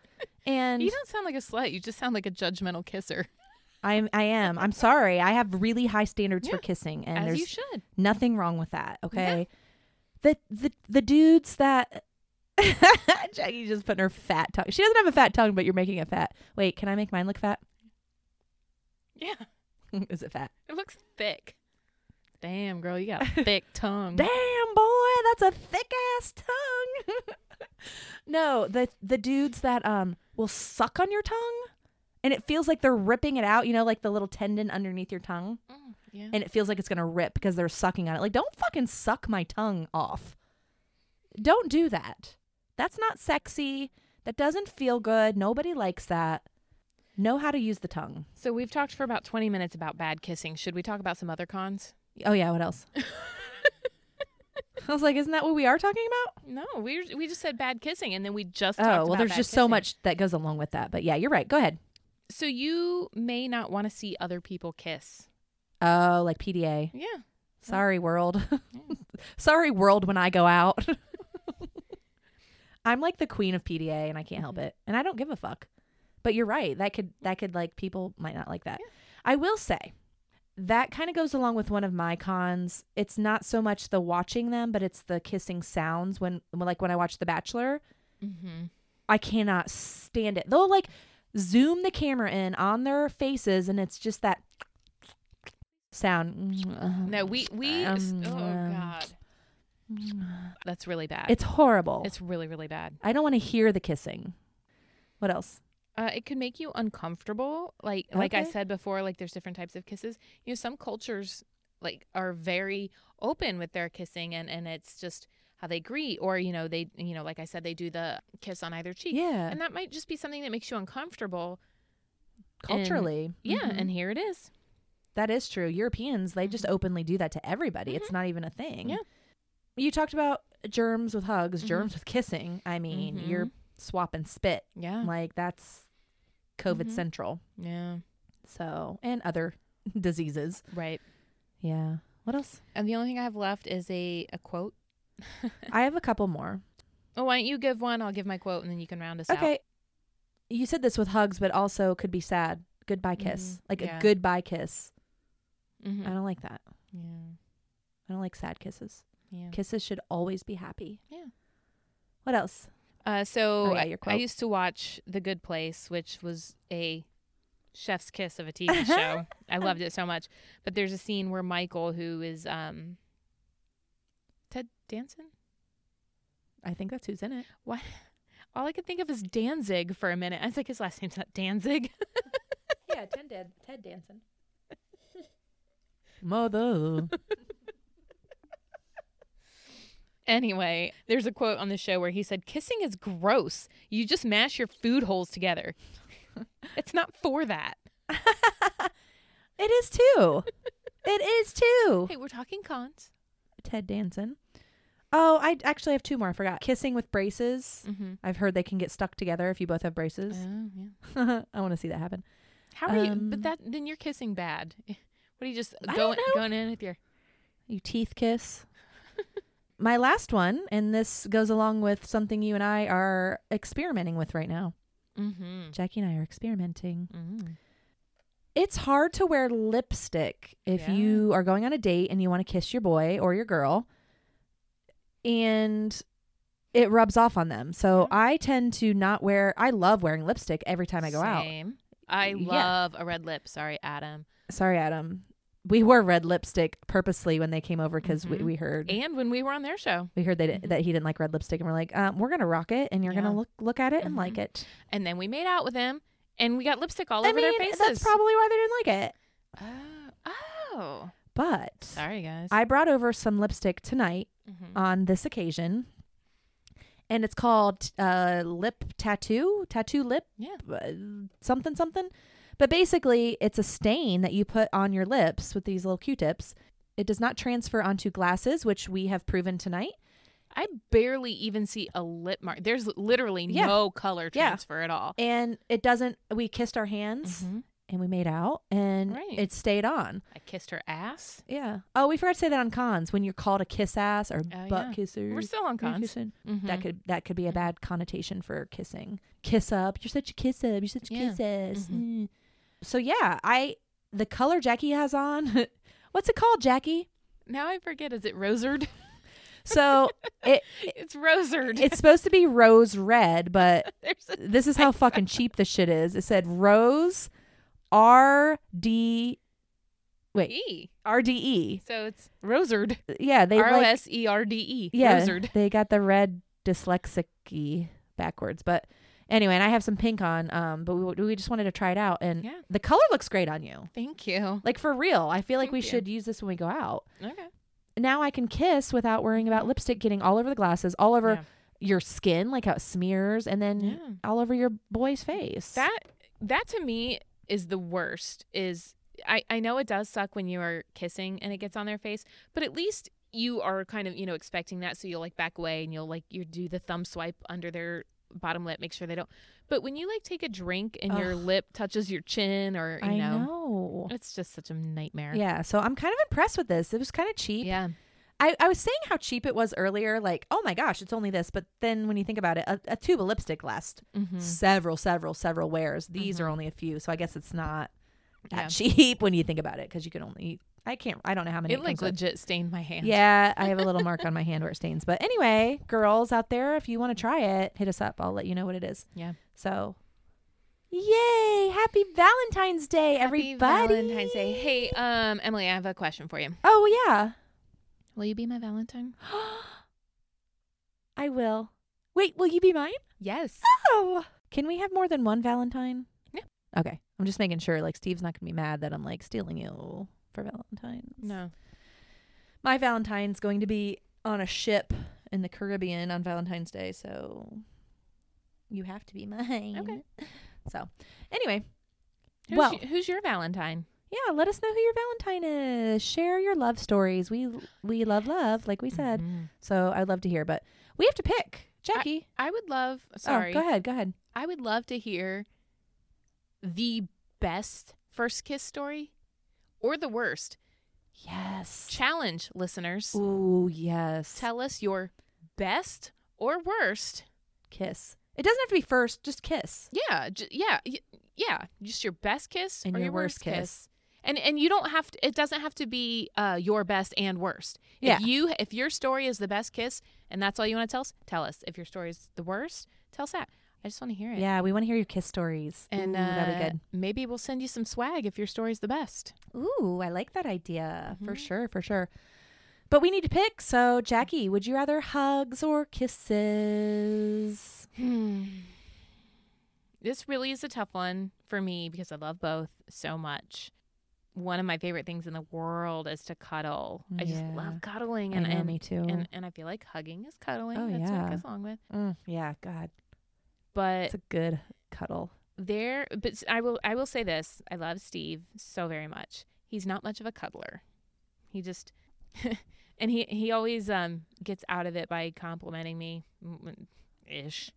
S1: and
S2: You don't sound like a slut. You just sound like a judgmental kisser.
S1: I'm I am. I'm sorry. I have really high standards for
S2: Yeah,
S1: kissing, and
S2: as
S1: there's
S2: you should.
S1: Nothing wrong with that, okay? The the the dudes that Jackie's just putting her fat tongue. She doesn't have a fat tongue, but you're making it fat. Wait, can I make mine look fat?
S2: Yeah.
S1: Is it fat?
S2: It looks thick. Damn, girl, you got a thick tongue.
S1: Damn boy, that's a thick ass tongue. no, the the dudes that um will suck on your tongue and it feels like they're ripping it out, you know, like the little tendon underneath your tongue.
S2: Mm, yeah.
S1: and it feels like it's gonna rip because they're sucking on it. Like, don't fucking suck my tongue off. Don't do that. That's not sexy. That doesn't feel good. Nobody likes that. Know how to use the tongue.
S2: So we've talked for about 20 minutes about bad kissing. Should we talk about some other cons?
S1: Oh, yeah, what else? I was like, isn't that what we are talking about?
S2: No, we we just said bad kissing, and then we just talked
S1: Oh, well,
S2: about
S1: there's
S2: bad
S1: just so
S2: kissing.
S1: much that goes along with that. But yeah, you're right. Go ahead.
S2: So you may not want to see other people kiss.
S1: Oh, like PDA.
S2: Yeah,
S1: Sorry, world. Sorry, world, when I go out. I'm like the queen of PDA and I can't
S2: Mm-hmm.
S1: help it. And I don't give a fuck. But you're right. That could, that could, like, people might not like that. I will say that kind of goes along with one of my cons. It's not so much the watching them, but it's the kissing sounds when, like, when I watch The Bachelor.
S2: mm-hmm.
S1: I cannot stand it. They'll like zoom the camera in on their faces, and it's just that sound.
S2: No, we we. s-
S1: Oh, Um,
S2: oh
S1: um,
S2: God, that's really bad.
S1: It's horrible.
S2: it's really really bad.
S1: I don't want to hear the kissing. What else?
S2: Uh, it could make you uncomfortable. Like like I
S1: Okay.
S2: said before, like there's different types of kisses. You know, some cultures like are very open with their kissing, and and it's just how they greet, or you know they you know like I said they do the kiss on either cheek,
S1: Yeah,
S2: and that might just be something that makes you uncomfortable.
S1: culturally.
S2: Yeah,
S1: Mhm.
S2: and here it is.
S1: that is true. Europeans they just openly do that to everybody. It's not even a thing.
S2: Mm-hmm. Yeah.
S1: You talked about germs with hugs,
S2: Mhm.
S1: germs with kissing. I mean, you're swapping spit.
S2: Mm-hmm. Yeah,
S1: Like that's COVID
S2: Mhm.
S1: central.
S2: yeah,
S1: So and other diseases.
S2: right.
S1: Yeah. What else?
S2: And the only thing I have left is a, a quote.
S1: I have a couple more.
S2: Oh, why don't you give one? I'll give my quote and then you can round us out.
S1: Okay. You said this with hugs, but also could be sad. Goodbye kiss.
S2: Mhm.
S1: Like
S2: Yeah.
S1: a goodbye kiss.
S2: Mhm.
S1: I don't like that.
S2: Yeah.
S1: I don't like sad kisses.
S2: Yeah.
S1: Kisses should always be happy.
S2: Yeah.
S1: What else?
S2: Uh, so
S1: Oh, yeah,
S2: I-
S1: your
S2: I
S1: quote.
S2: used to watch The Good Place, which was a chef's kiss of a TV show. I loved it so much. But there's a scene where Michael, who is um, Ted Danson?
S1: I think that's who's in it.
S2: What? All I could think of is Danzig for a minute. I was like, his last name's not Danzig.
S1: Yeah, Ted Dad, Ted Danson. Mother.
S2: Anyway, there's a quote on the show where he said, Kissing is gross. You just mash your food holes together. it's not for that.
S1: it is too. it is too.
S2: Hey, we're talking cons.
S1: Ted Danson. Oh, I actually have two more. I forgot. Kissing with braces.
S2: Mm-hmm.
S1: I've heard they can get stuck together if you both have braces.
S2: Oh, yeah.
S1: I want to see that happen.
S2: How are you?
S1: Um,
S2: But that then you're kissing bad. What are you just
S1: I
S2: going
S1: don't know.
S2: going in with your?
S1: You teeth kiss. My last one, and this goes along with something you and I are experimenting with right now.
S2: Mm-hmm.
S1: Jackie and I are experimenting.
S2: Mm.
S1: It's hard to wear lipstick if
S2: Yeah.
S1: you are going on a date and you want to kiss your boy or your girl and it rubs off on them. So
S2: Yeah.
S1: I tend to not wear, I love wearing lipstick every time I go out.
S2: Same. I
S1: Yeah.
S2: love a red lip. Sorry, Adam.
S1: Sorry, Adam. We wore red lipstick purposely when they came over because
S2: Mhm.
S1: we, we heard.
S2: And when we were on their show,
S1: We heard that
S2: Mhm.
S1: that he didn't like red lipstick, and we're like, um, we're gonna rock it, and you're
S2: Yeah.
S1: gonna look look at it and like
S2: Mhm.
S1: it.
S2: and then we made out with them, and we got lipstick all
S1: I
S2: over
S1: mean,
S2: their faces.
S1: that's probably why they didn't like it.
S2: Oh, oh.
S1: But
S2: sorry guys.
S1: I uh, brought over some lipstick tonight
S2: Mhm.
S1: on this occasion, and it's called uh, lip tattoo, tattoo lip,
S2: Yeah.
S1: uh, something something. But basically, it's a stain that you put on your lips with these little Q-tips. It does not transfer onto glasses, which we have proven tonight.
S2: I barely even see a lip mark. There's literally
S1: Yeah.
S2: no color
S1: Yeah.
S2: transfer at all.
S1: And it doesn't. We kissed our hands.
S2: Mhm.
S1: and we made out and
S2: Right.
S1: it stayed on.
S2: I kissed her ass.
S1: Yeah. Oh, we forgot to say that on cons when you're called a kiss ass or
S2: Oh,
S1: butt
S2: yeah.
S1: kisser.
S2: We're still on cons.
S1: That
S2: Mhm.
S1: could that could be a bad connotation for kissing. Kiss up. You're such a kiss up. You're such a
S2: Yeah. Mm-hmm.
S1: kiss ass. Mm. So yeah, I the color Jackie has on. what's it called, Jackie?
S2: Now I forget. Is it rosered?
S1: So it
S2: it's rosered.
S1: it's supposed to be rose red, but
S2: There's a
S1: this is how fucking cheap this shit is. It said rose R D Wait.
S2: E.
S1: R D E.
S2: So it's rosered.
S1: Yeah, they
S2: R O
S1: like
S2: S E R D E.
S1: Yeah,
S2: Rosered.
S1: they got the red dyslexic backwards. But anyway, and I have some pink on, um, but we, we just wanted to try it out, and
S2: Yeah.
S1: the color looks great on you,
S2: Thank you.
S1: like for real. I feel like
S2: Thank
S1: we
S2: you.
S1: should use this when we go out.
S2: Okay.
S1: now I can kiss without worrying about lipstick getting all over the glasses, all over
S2: Yeah.
S1: your skin, like how it smears, and then
S2: Yeah.
S1: all over your boy's face.
S2: That that to me is the worst. Is I I know it does suck when you are kissing and it gets on their face, but at least you are kind of you know expecting that, so you'll like back away and you'll like you do the thumb swipe under their bottom lip, make sure they don't. But when you like take a drink and your
S1: Ugh.
S2: lip touches your chin or you
S1: I
S2: know,
S1: know.
S2: it's just such a nightmare.
S1: Yeah, so I'm kind of impressed with this. It was kind of cheap.
S2: Yeah.
S1: I, I was saying how cheap it was earlier, like, oh my gosh, it's only this. But then when you think about it, a, a tube of lipstick lasts
S2: Mm-hmm.
S1: several, several, several wears. These are only a few, so I guess it's not that
S2: Yeah.
S1: cheap when you think about it, because you can only I can't I don't know how many.
S2: It like
S1: comes with.
S2: legit stained my hand.
S1: Yeah, I have a little mark on my hand where it stains. But anyway, girls out there, if you want to try it, hit us up. I'll let you know what it is.
S2: Yeah.
S1: So, yay! Happy Valentine's Day,
S2: Happy
S1: everybody!
S2: Valentine's Day. Hey, um, Emily, I have a question for you.
S1: Oh yeah,
S2: Will you be my Valentine?
S1: I will. Wait, will you be mine?
S2: Yes.
S1: Oh. Can we have more than one Valentine?
S2: Yeah.
S1: Okay. I'm just making sure. Like Steve's not gonna be mad that I'm like stealing you for Valentine's.
S2: No.
S1: My Valentine's going to be on a ship in the Caribbean on Valentine's Day, so you have to be mine.
S2: Okay.
S1: So, anyway,
S2: Who's
S1: Well-
S2: y- who's your Valentine?
S1: yeah, let us know who your Valentine is. Share your love stories. We we love love, like we said.
S2: Mm.
S1: So I'd love to hear, but we have to pick Jackie.
S2: Mm-hmm. I would love. Sorry.
S1: Oh, go ahead. Go ahead.
S2: I would love to hear the best first kiss story, or the worst.
S1: Yes.
S2: Challenge listeners.
S1: Ooh, yes.
S2: Tell us your best or worst.
S1: kiss. It doesn't have to be first, just kiss.
S2: Yeah, j- yeah, y- yeah. Just your best kiss
S1: And
S2: or
S1: your
S2: your,
S1: worst
S2: worst,
S1: kiss.
S2: kiss. And and you don't have to. It doesn't have to be uh, your best and worst.
S1: Yeah.
S2: If you if your story is the best kiss and that's all you want to tell us, tell us. If your story is the worst, tell us that. I just want to hear it.
S1: Yeah, we want to hear your kiss stories.
S2: And
S1: Ooh,
S2: uh,
S1: that'd be good.
S2: maybe we'll send you some swag if your story's the best.
S1: Ooh, I like that idea for
S2: Mm-hmm.
S1: sure, for sure. But we need to pick. So, Jackie, would you rather hugs or kisses? Hmm.
S2: This really is a tough one for me because I love both so much. One of my favorite things in the world is to cuddle. I just
S1: Yeah.
S2: love cuddling,
S1: I
S2: and,
S1: know,
S2: and
S1: me too.
S2: and and I feel like hugging is cuddling.
S1: Oh,
S2: That's what
S1: yeah.
S2: it goes along with.
S1: Mm, yeah, God,
S2: But
S1: it's a good cuddle.
S2: there, but s- I will I will say this: I love Steve so very much. He's not much of a cuddler. He just, and he he always um gets out of it by complimenting me, mm, mm, ish.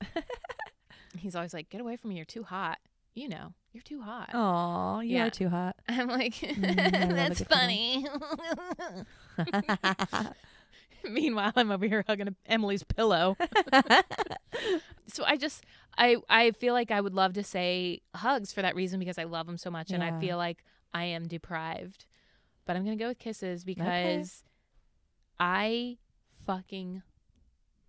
S2: He's always like, "Get away from me! You're too hot. You know, you're too hot."
S1: Oh, you
S2: Uh, Yeah.
S1: are too hot.
S2: I'm like,
S1: I love a
S2: "That's
S1: good cuddle."
S2: funny." Meanwhile, I'm over here hugging Emily's pillow. so I just I I feel like I would love to say hugs for that reason because I love them so much and
S1: Yeah.
S2: I feel like I am deprived. But I'm going to go with kisses because I fucking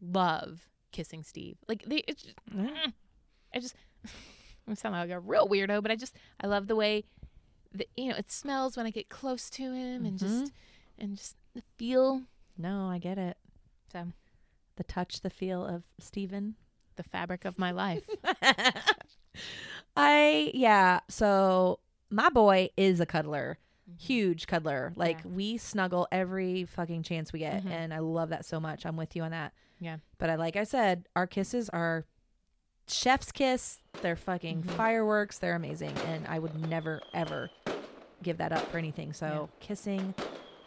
S2: love kissing Steve. Like they it's just, mm.
S1: Yeah.
S2: I just I sound like a real weirdo, but I just I love the way that you know it smells when I get close to him and just and just the feel
S1: Mm-hmm. no, I get it.
S2: so
S1: The touch, the feel of Steven.
S2: the fabric of my life.
S1: I yeah. So my boy is a cuddler, huge cuddler. Like
S2: Mm-hmm. Yeah.
S1: we snuggle every fucking chance we get,
S2: Mhm.
S1: and I love that so much. I'm with you on that.
S2: Yeah.
S1: But I like I said, our kisses are chef's kiss. They're fucking
S2: Mhm.
S1: fireworks. They're amazing, and I would never ever give that up for anything. So kissing,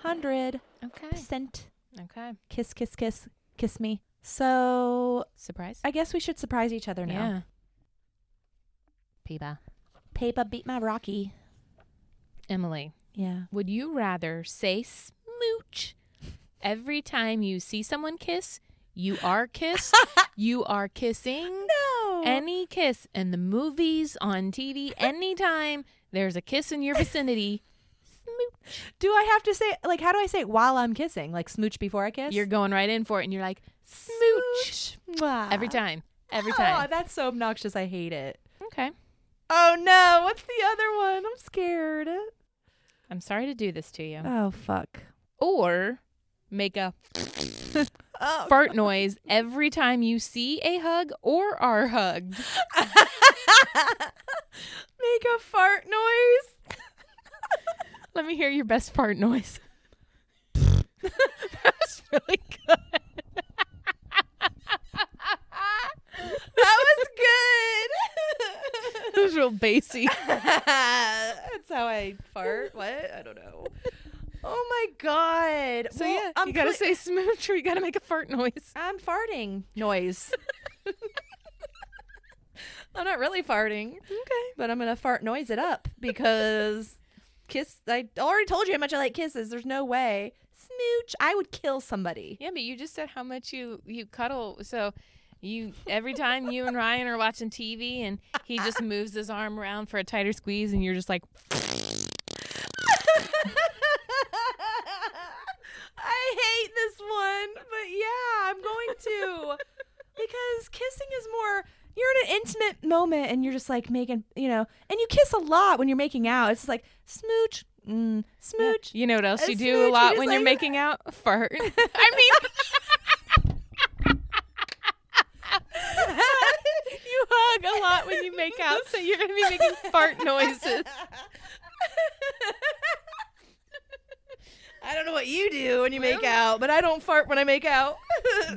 S1: hundred
S2: Okay.
S1: percent.
S2: Okay.
S1: Kiss, kiss, kiss, kiss me. So
S2: Surprise.
S1: I guess we should surprise each other now.
S2: Peeba.
S1: Paper beat my Rocky.
S2: Emily,
S1: Yeah.
S2: would you rather say smooch every time you see someone kiss? You are kissed. you are kissing.
S1: No.
S2: Any kiss in the movies, on TV, anytime there's a kiss in your vicinity, smooch.
S1: do I have to say like how do I say it while I'm kissing? Like smooch before I kiss?
S2: You're going right in for it and you're like, smooch. Ah.
S1: smooch. Mwah.
S2: Every time. Every
S1: Oh,
S2: time.
S1: that's so obnoxious. I hate it.
S2: Okay.
S1: Oh no, what's the other one? I'm scared.
S2: I'm sorry to do this to you.
S1: Oh fuck.
S2: or make a
S1: Oh.
S2: fart noise every time you see a hug or are hugged.
S1: Make a fart noise.
S2: Let me hear your best fart noise. That's really good.
S1: That was good.
S2: It was real bassy.
S1: That's how I fart. What? I don't know. Oh my god.
S2: So
S1: Well,
S2: yeah,
S1: I'm
S2: you gotta
S1: cle-
S2: say smooch or you gotta make a fart noise.
S1: I'm farting noise. I'm not really farting,
S2: Okay.
S1: but I'm gonna fart noise it up because kiss. I already told you how much I like kisses. There's no way smooch. I would kill somebody.
S2: Yeah, but you just said how much you you cuddle. So you every time you and Ryan are watching TV and he just moves his arm around for a tighter squeeze and you're just like
S1: I hate this one, but yeah, I'm going to. because kissing is more you're in an intimate moment and you're just like making, you know, and you kiss a lot when you're making out. It's just like smooch, mm, smooch.
S2: You know what else
S1: A
S2: you do
S1: smooch,
S2: a lot
S1: you're
S2: when
S1: just
S2: you're
S1: like-
S2: making out? Fart. I mean, you hug a lot when you make out, so you're gonna be making fart noises.
S1: I don't know what you do when you make out, but I don't fart when I make out.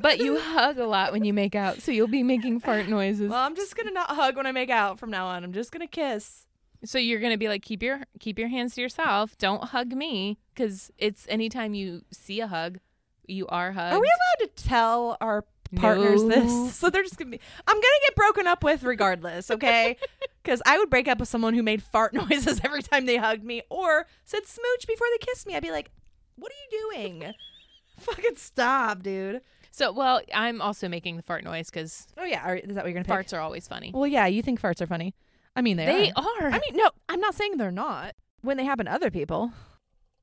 S2: But you hug a lot when you make out, so you'll be making fart noises.
S1: well, I'm just gonna not hug when I make out from now on. I'm just gonna kiss.
S2: So you're gonna be like, keep your keep your hands to yourself. Don't hug me, because it's anytime you see a hug, you are hugged.
S1: Are we allowed to tell our partners
S2: No.
S1: this? So they're just gonna be. I'm gonna get broken up with regardless, okay? Because I would break up with someone who made fart noises every time they hugged me or said smooch before they kissed me. I'd be like, "What are you doing? Fucking stop, dude."
S2: So well, I'm also making the fart noise because
S1: Oh yeah, are, is that what you're gonna pick?
S2: farts are always funny.
S1: Well, yeah, you think farts are funny. I mean, they,
S2: They
S1: are.
S2: are.
S1: I mean, no, I'm not saying they're not. When they happen to other people.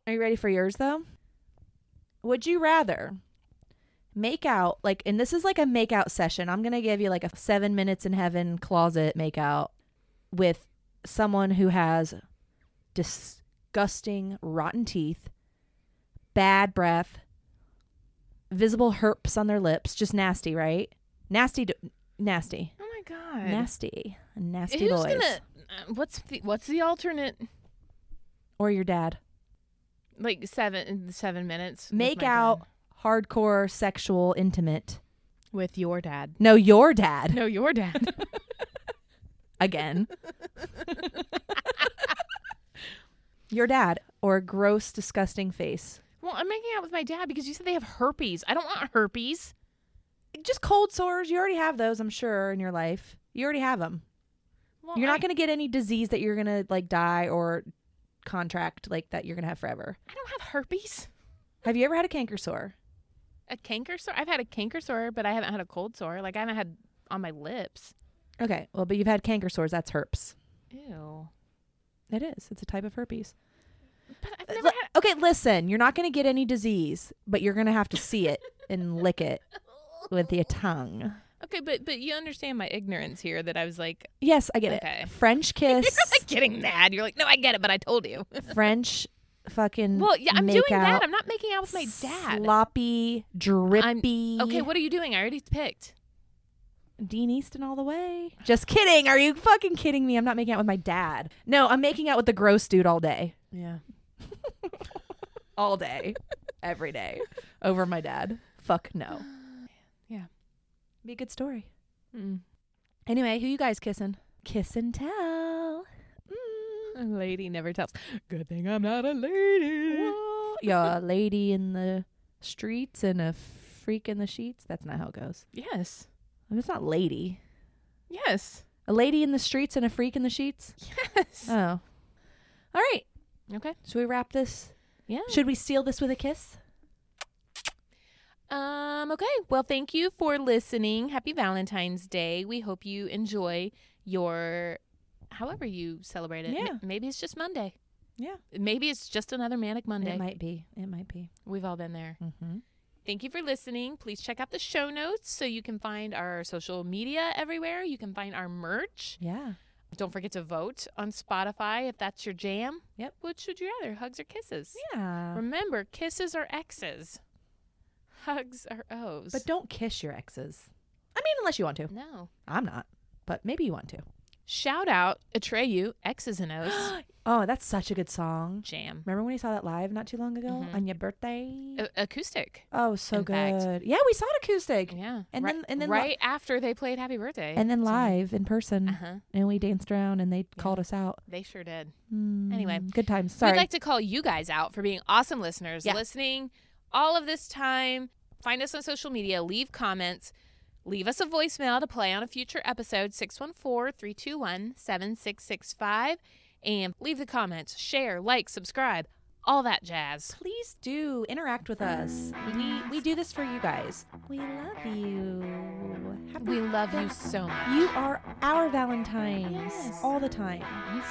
S1: Are you ready for yours though? Would you rather make out like and this is like a make out session. I'm going to give you like a 7 minutes in heaven closet make out with someone who has disgusting rotten teeth, bad breath, visible herpes on their lips, just nasty, right? Nasty d- nasty.
S2: oh my god.
S1: Nasty, nasty
S2: Who's
S1: boys,
S2: gonna? uh, What's the what's the alternate?
S1: or your dad.
S2: Like seven seven minutes. with
S1: Make
S2: my
S1: out
S2: dad.
S1: hardcore, sexual, intimate.
S2: with your dad.
S1: No, your dad
S2: No, your dad.
S1: again. your dad or gross, disgusting face.
S2: well, I'm making out with my dad because you said they have herpes. I don't want herpes.
S1: Just cold sores. You already have those, I'm sure, in your life. You already have them.
S2: Well,
S1: You're
S2: I,
S1: not going to get any disease that you're going to like die or contract like that you're going to have forever.
S2: I don't have herpes.
S1: Have you ever had a canker sore?
S2: A canker sore. I've had a canker sore, but I haven't had a cold sore. Like I haven't had on my lips.
S1: Okay. Well, but you've had canker sores. That's herpes.
S2: Ew.
S1: It is. It's a type of herpes.
S2: But I've never
S1: Li-
S2: had.
S1: okay, listen, you're not going to get any disease, but you're going to have to see it and lick it with your tongue.
S2: Okay, but but you understand my ignorance here that I was like,
S1: Yes, I get
S2: Okay.
S1: it. French
S2: you're
S1: kiss,
S2: like getting mad. You're like, no, I get it, but I told you.
S1: French fucking.
S2: Well, yeah, I'm
S1: make
S2: doing that.
S1: out,
S2: I'm not making Mm, out with my dad.
S1: Sloppy, drippy.
S2: Okay, what are you doing? I already picked.
S1: Dean Easton all the way. Just kidding. Are you fucking kidding me? I'm not making out with my dad. No, I'm making out with the gross dude all day.
S2: Yeah.
S1: All day. Every day. Over my dad. Fuck no.
S2: Oh. Yeah.
S1: Be a good story.
S2: Mm.
S1: Anyway, who you guys kissing? Kiss and tell. Mm.
S2: A lady never tells. Good thing I'm not a lady.
S1: You're a lady in the streets and a freak in the sheets. That's not how it goes.
S2: Yes.
S1: I mean, It's not lady.
S2: Yes.
S1: A lady in the streets and a freak in the sheets.
S2: Yes.
S1: Oh. All right.
S2: okay.
S1: Should we wrap this?
S2: Yeah.
S1: Should we seal this with a kiss?
S2: Um, okay. Well, thank you for listening. Happy Valentine's Day. We hope you enjoy your however you celebrate it. M-
S1: Yeah.
S2: maybe it's just Monday.
S1: Yeah.
S2: Maybe it's just another manic Monday.
S1: It might be. It might be.
S2: We've all been there.
S1: Mm-hmm.
S2: Thank you for listening. Please check out the show notes so you can find our social media everywhere. You can find our merch.
S1: Yeah.
S2: Don't forget to vote on Spotify if that's your jam.
S1: Yep.
S2: What should you rather, hugs or kisses?
S1: Yeah.
S2: Remember, kisses are X's, hugs are O's.
S1: But don't kiss your exes. I mean, unless you want to.
S2: no.
S1: I'm not. But maybe you want to.
S2: Shout out Atreyu, X's and O's.
S1: Oh, that's such a good song.
S2: Jam.
S1: Remember when we saw that live not too long ago
S2: Mhm.
S1: on your birthday?
S2: A- acoustic.
S1: oh, so
S2: in
S1: good.
S2: fact-
S1: Yeah, we saw it acoustic.
S2: Yeah.
S1: And
S2: Ri-
S1: then- and then li-
S2: right after they played Happy Birthday.
S1: And then
S2: So-
S1: live in person.
S2: Uh-huh.
S1: And we danced around and they called us out.
S2: They sure did.
S1: Mm, Good times. Sorry.
S2: We'd like to call you guys out for being awesome listeners,
S1: Yeah.
S2: listening all of this time. Find us on social media, leave comments, leave us a voicemail to play on a future episode 614 321 7665. And leave the comments, share, like, subscribe, all that jazz.
S1: Please do interact with us. We we do this for you guys. We love you. Happy
S2: We love you so much.
S1: You are our Valentines
S2: Yes.
S1: all the time.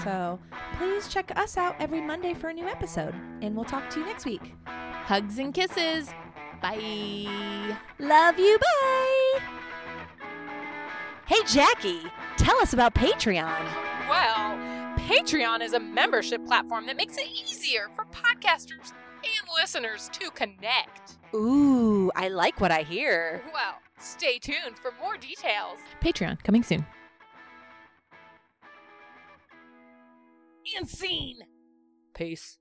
S1: So please check us out every Monday for a new episode, and we'll talk to you next week.
S2: Hugs and kisses. Bye.
S1: Love you. Bye. Hey, Jackie, tell us about Patreon.
S2: Well, Patreon is a membership platform that makes it easier for podcasters and listeners to connect.
S1: Ooh, I like what I hear.
S2: Well, stay tuned for more details. Patreon coming soon. And scene. Peace.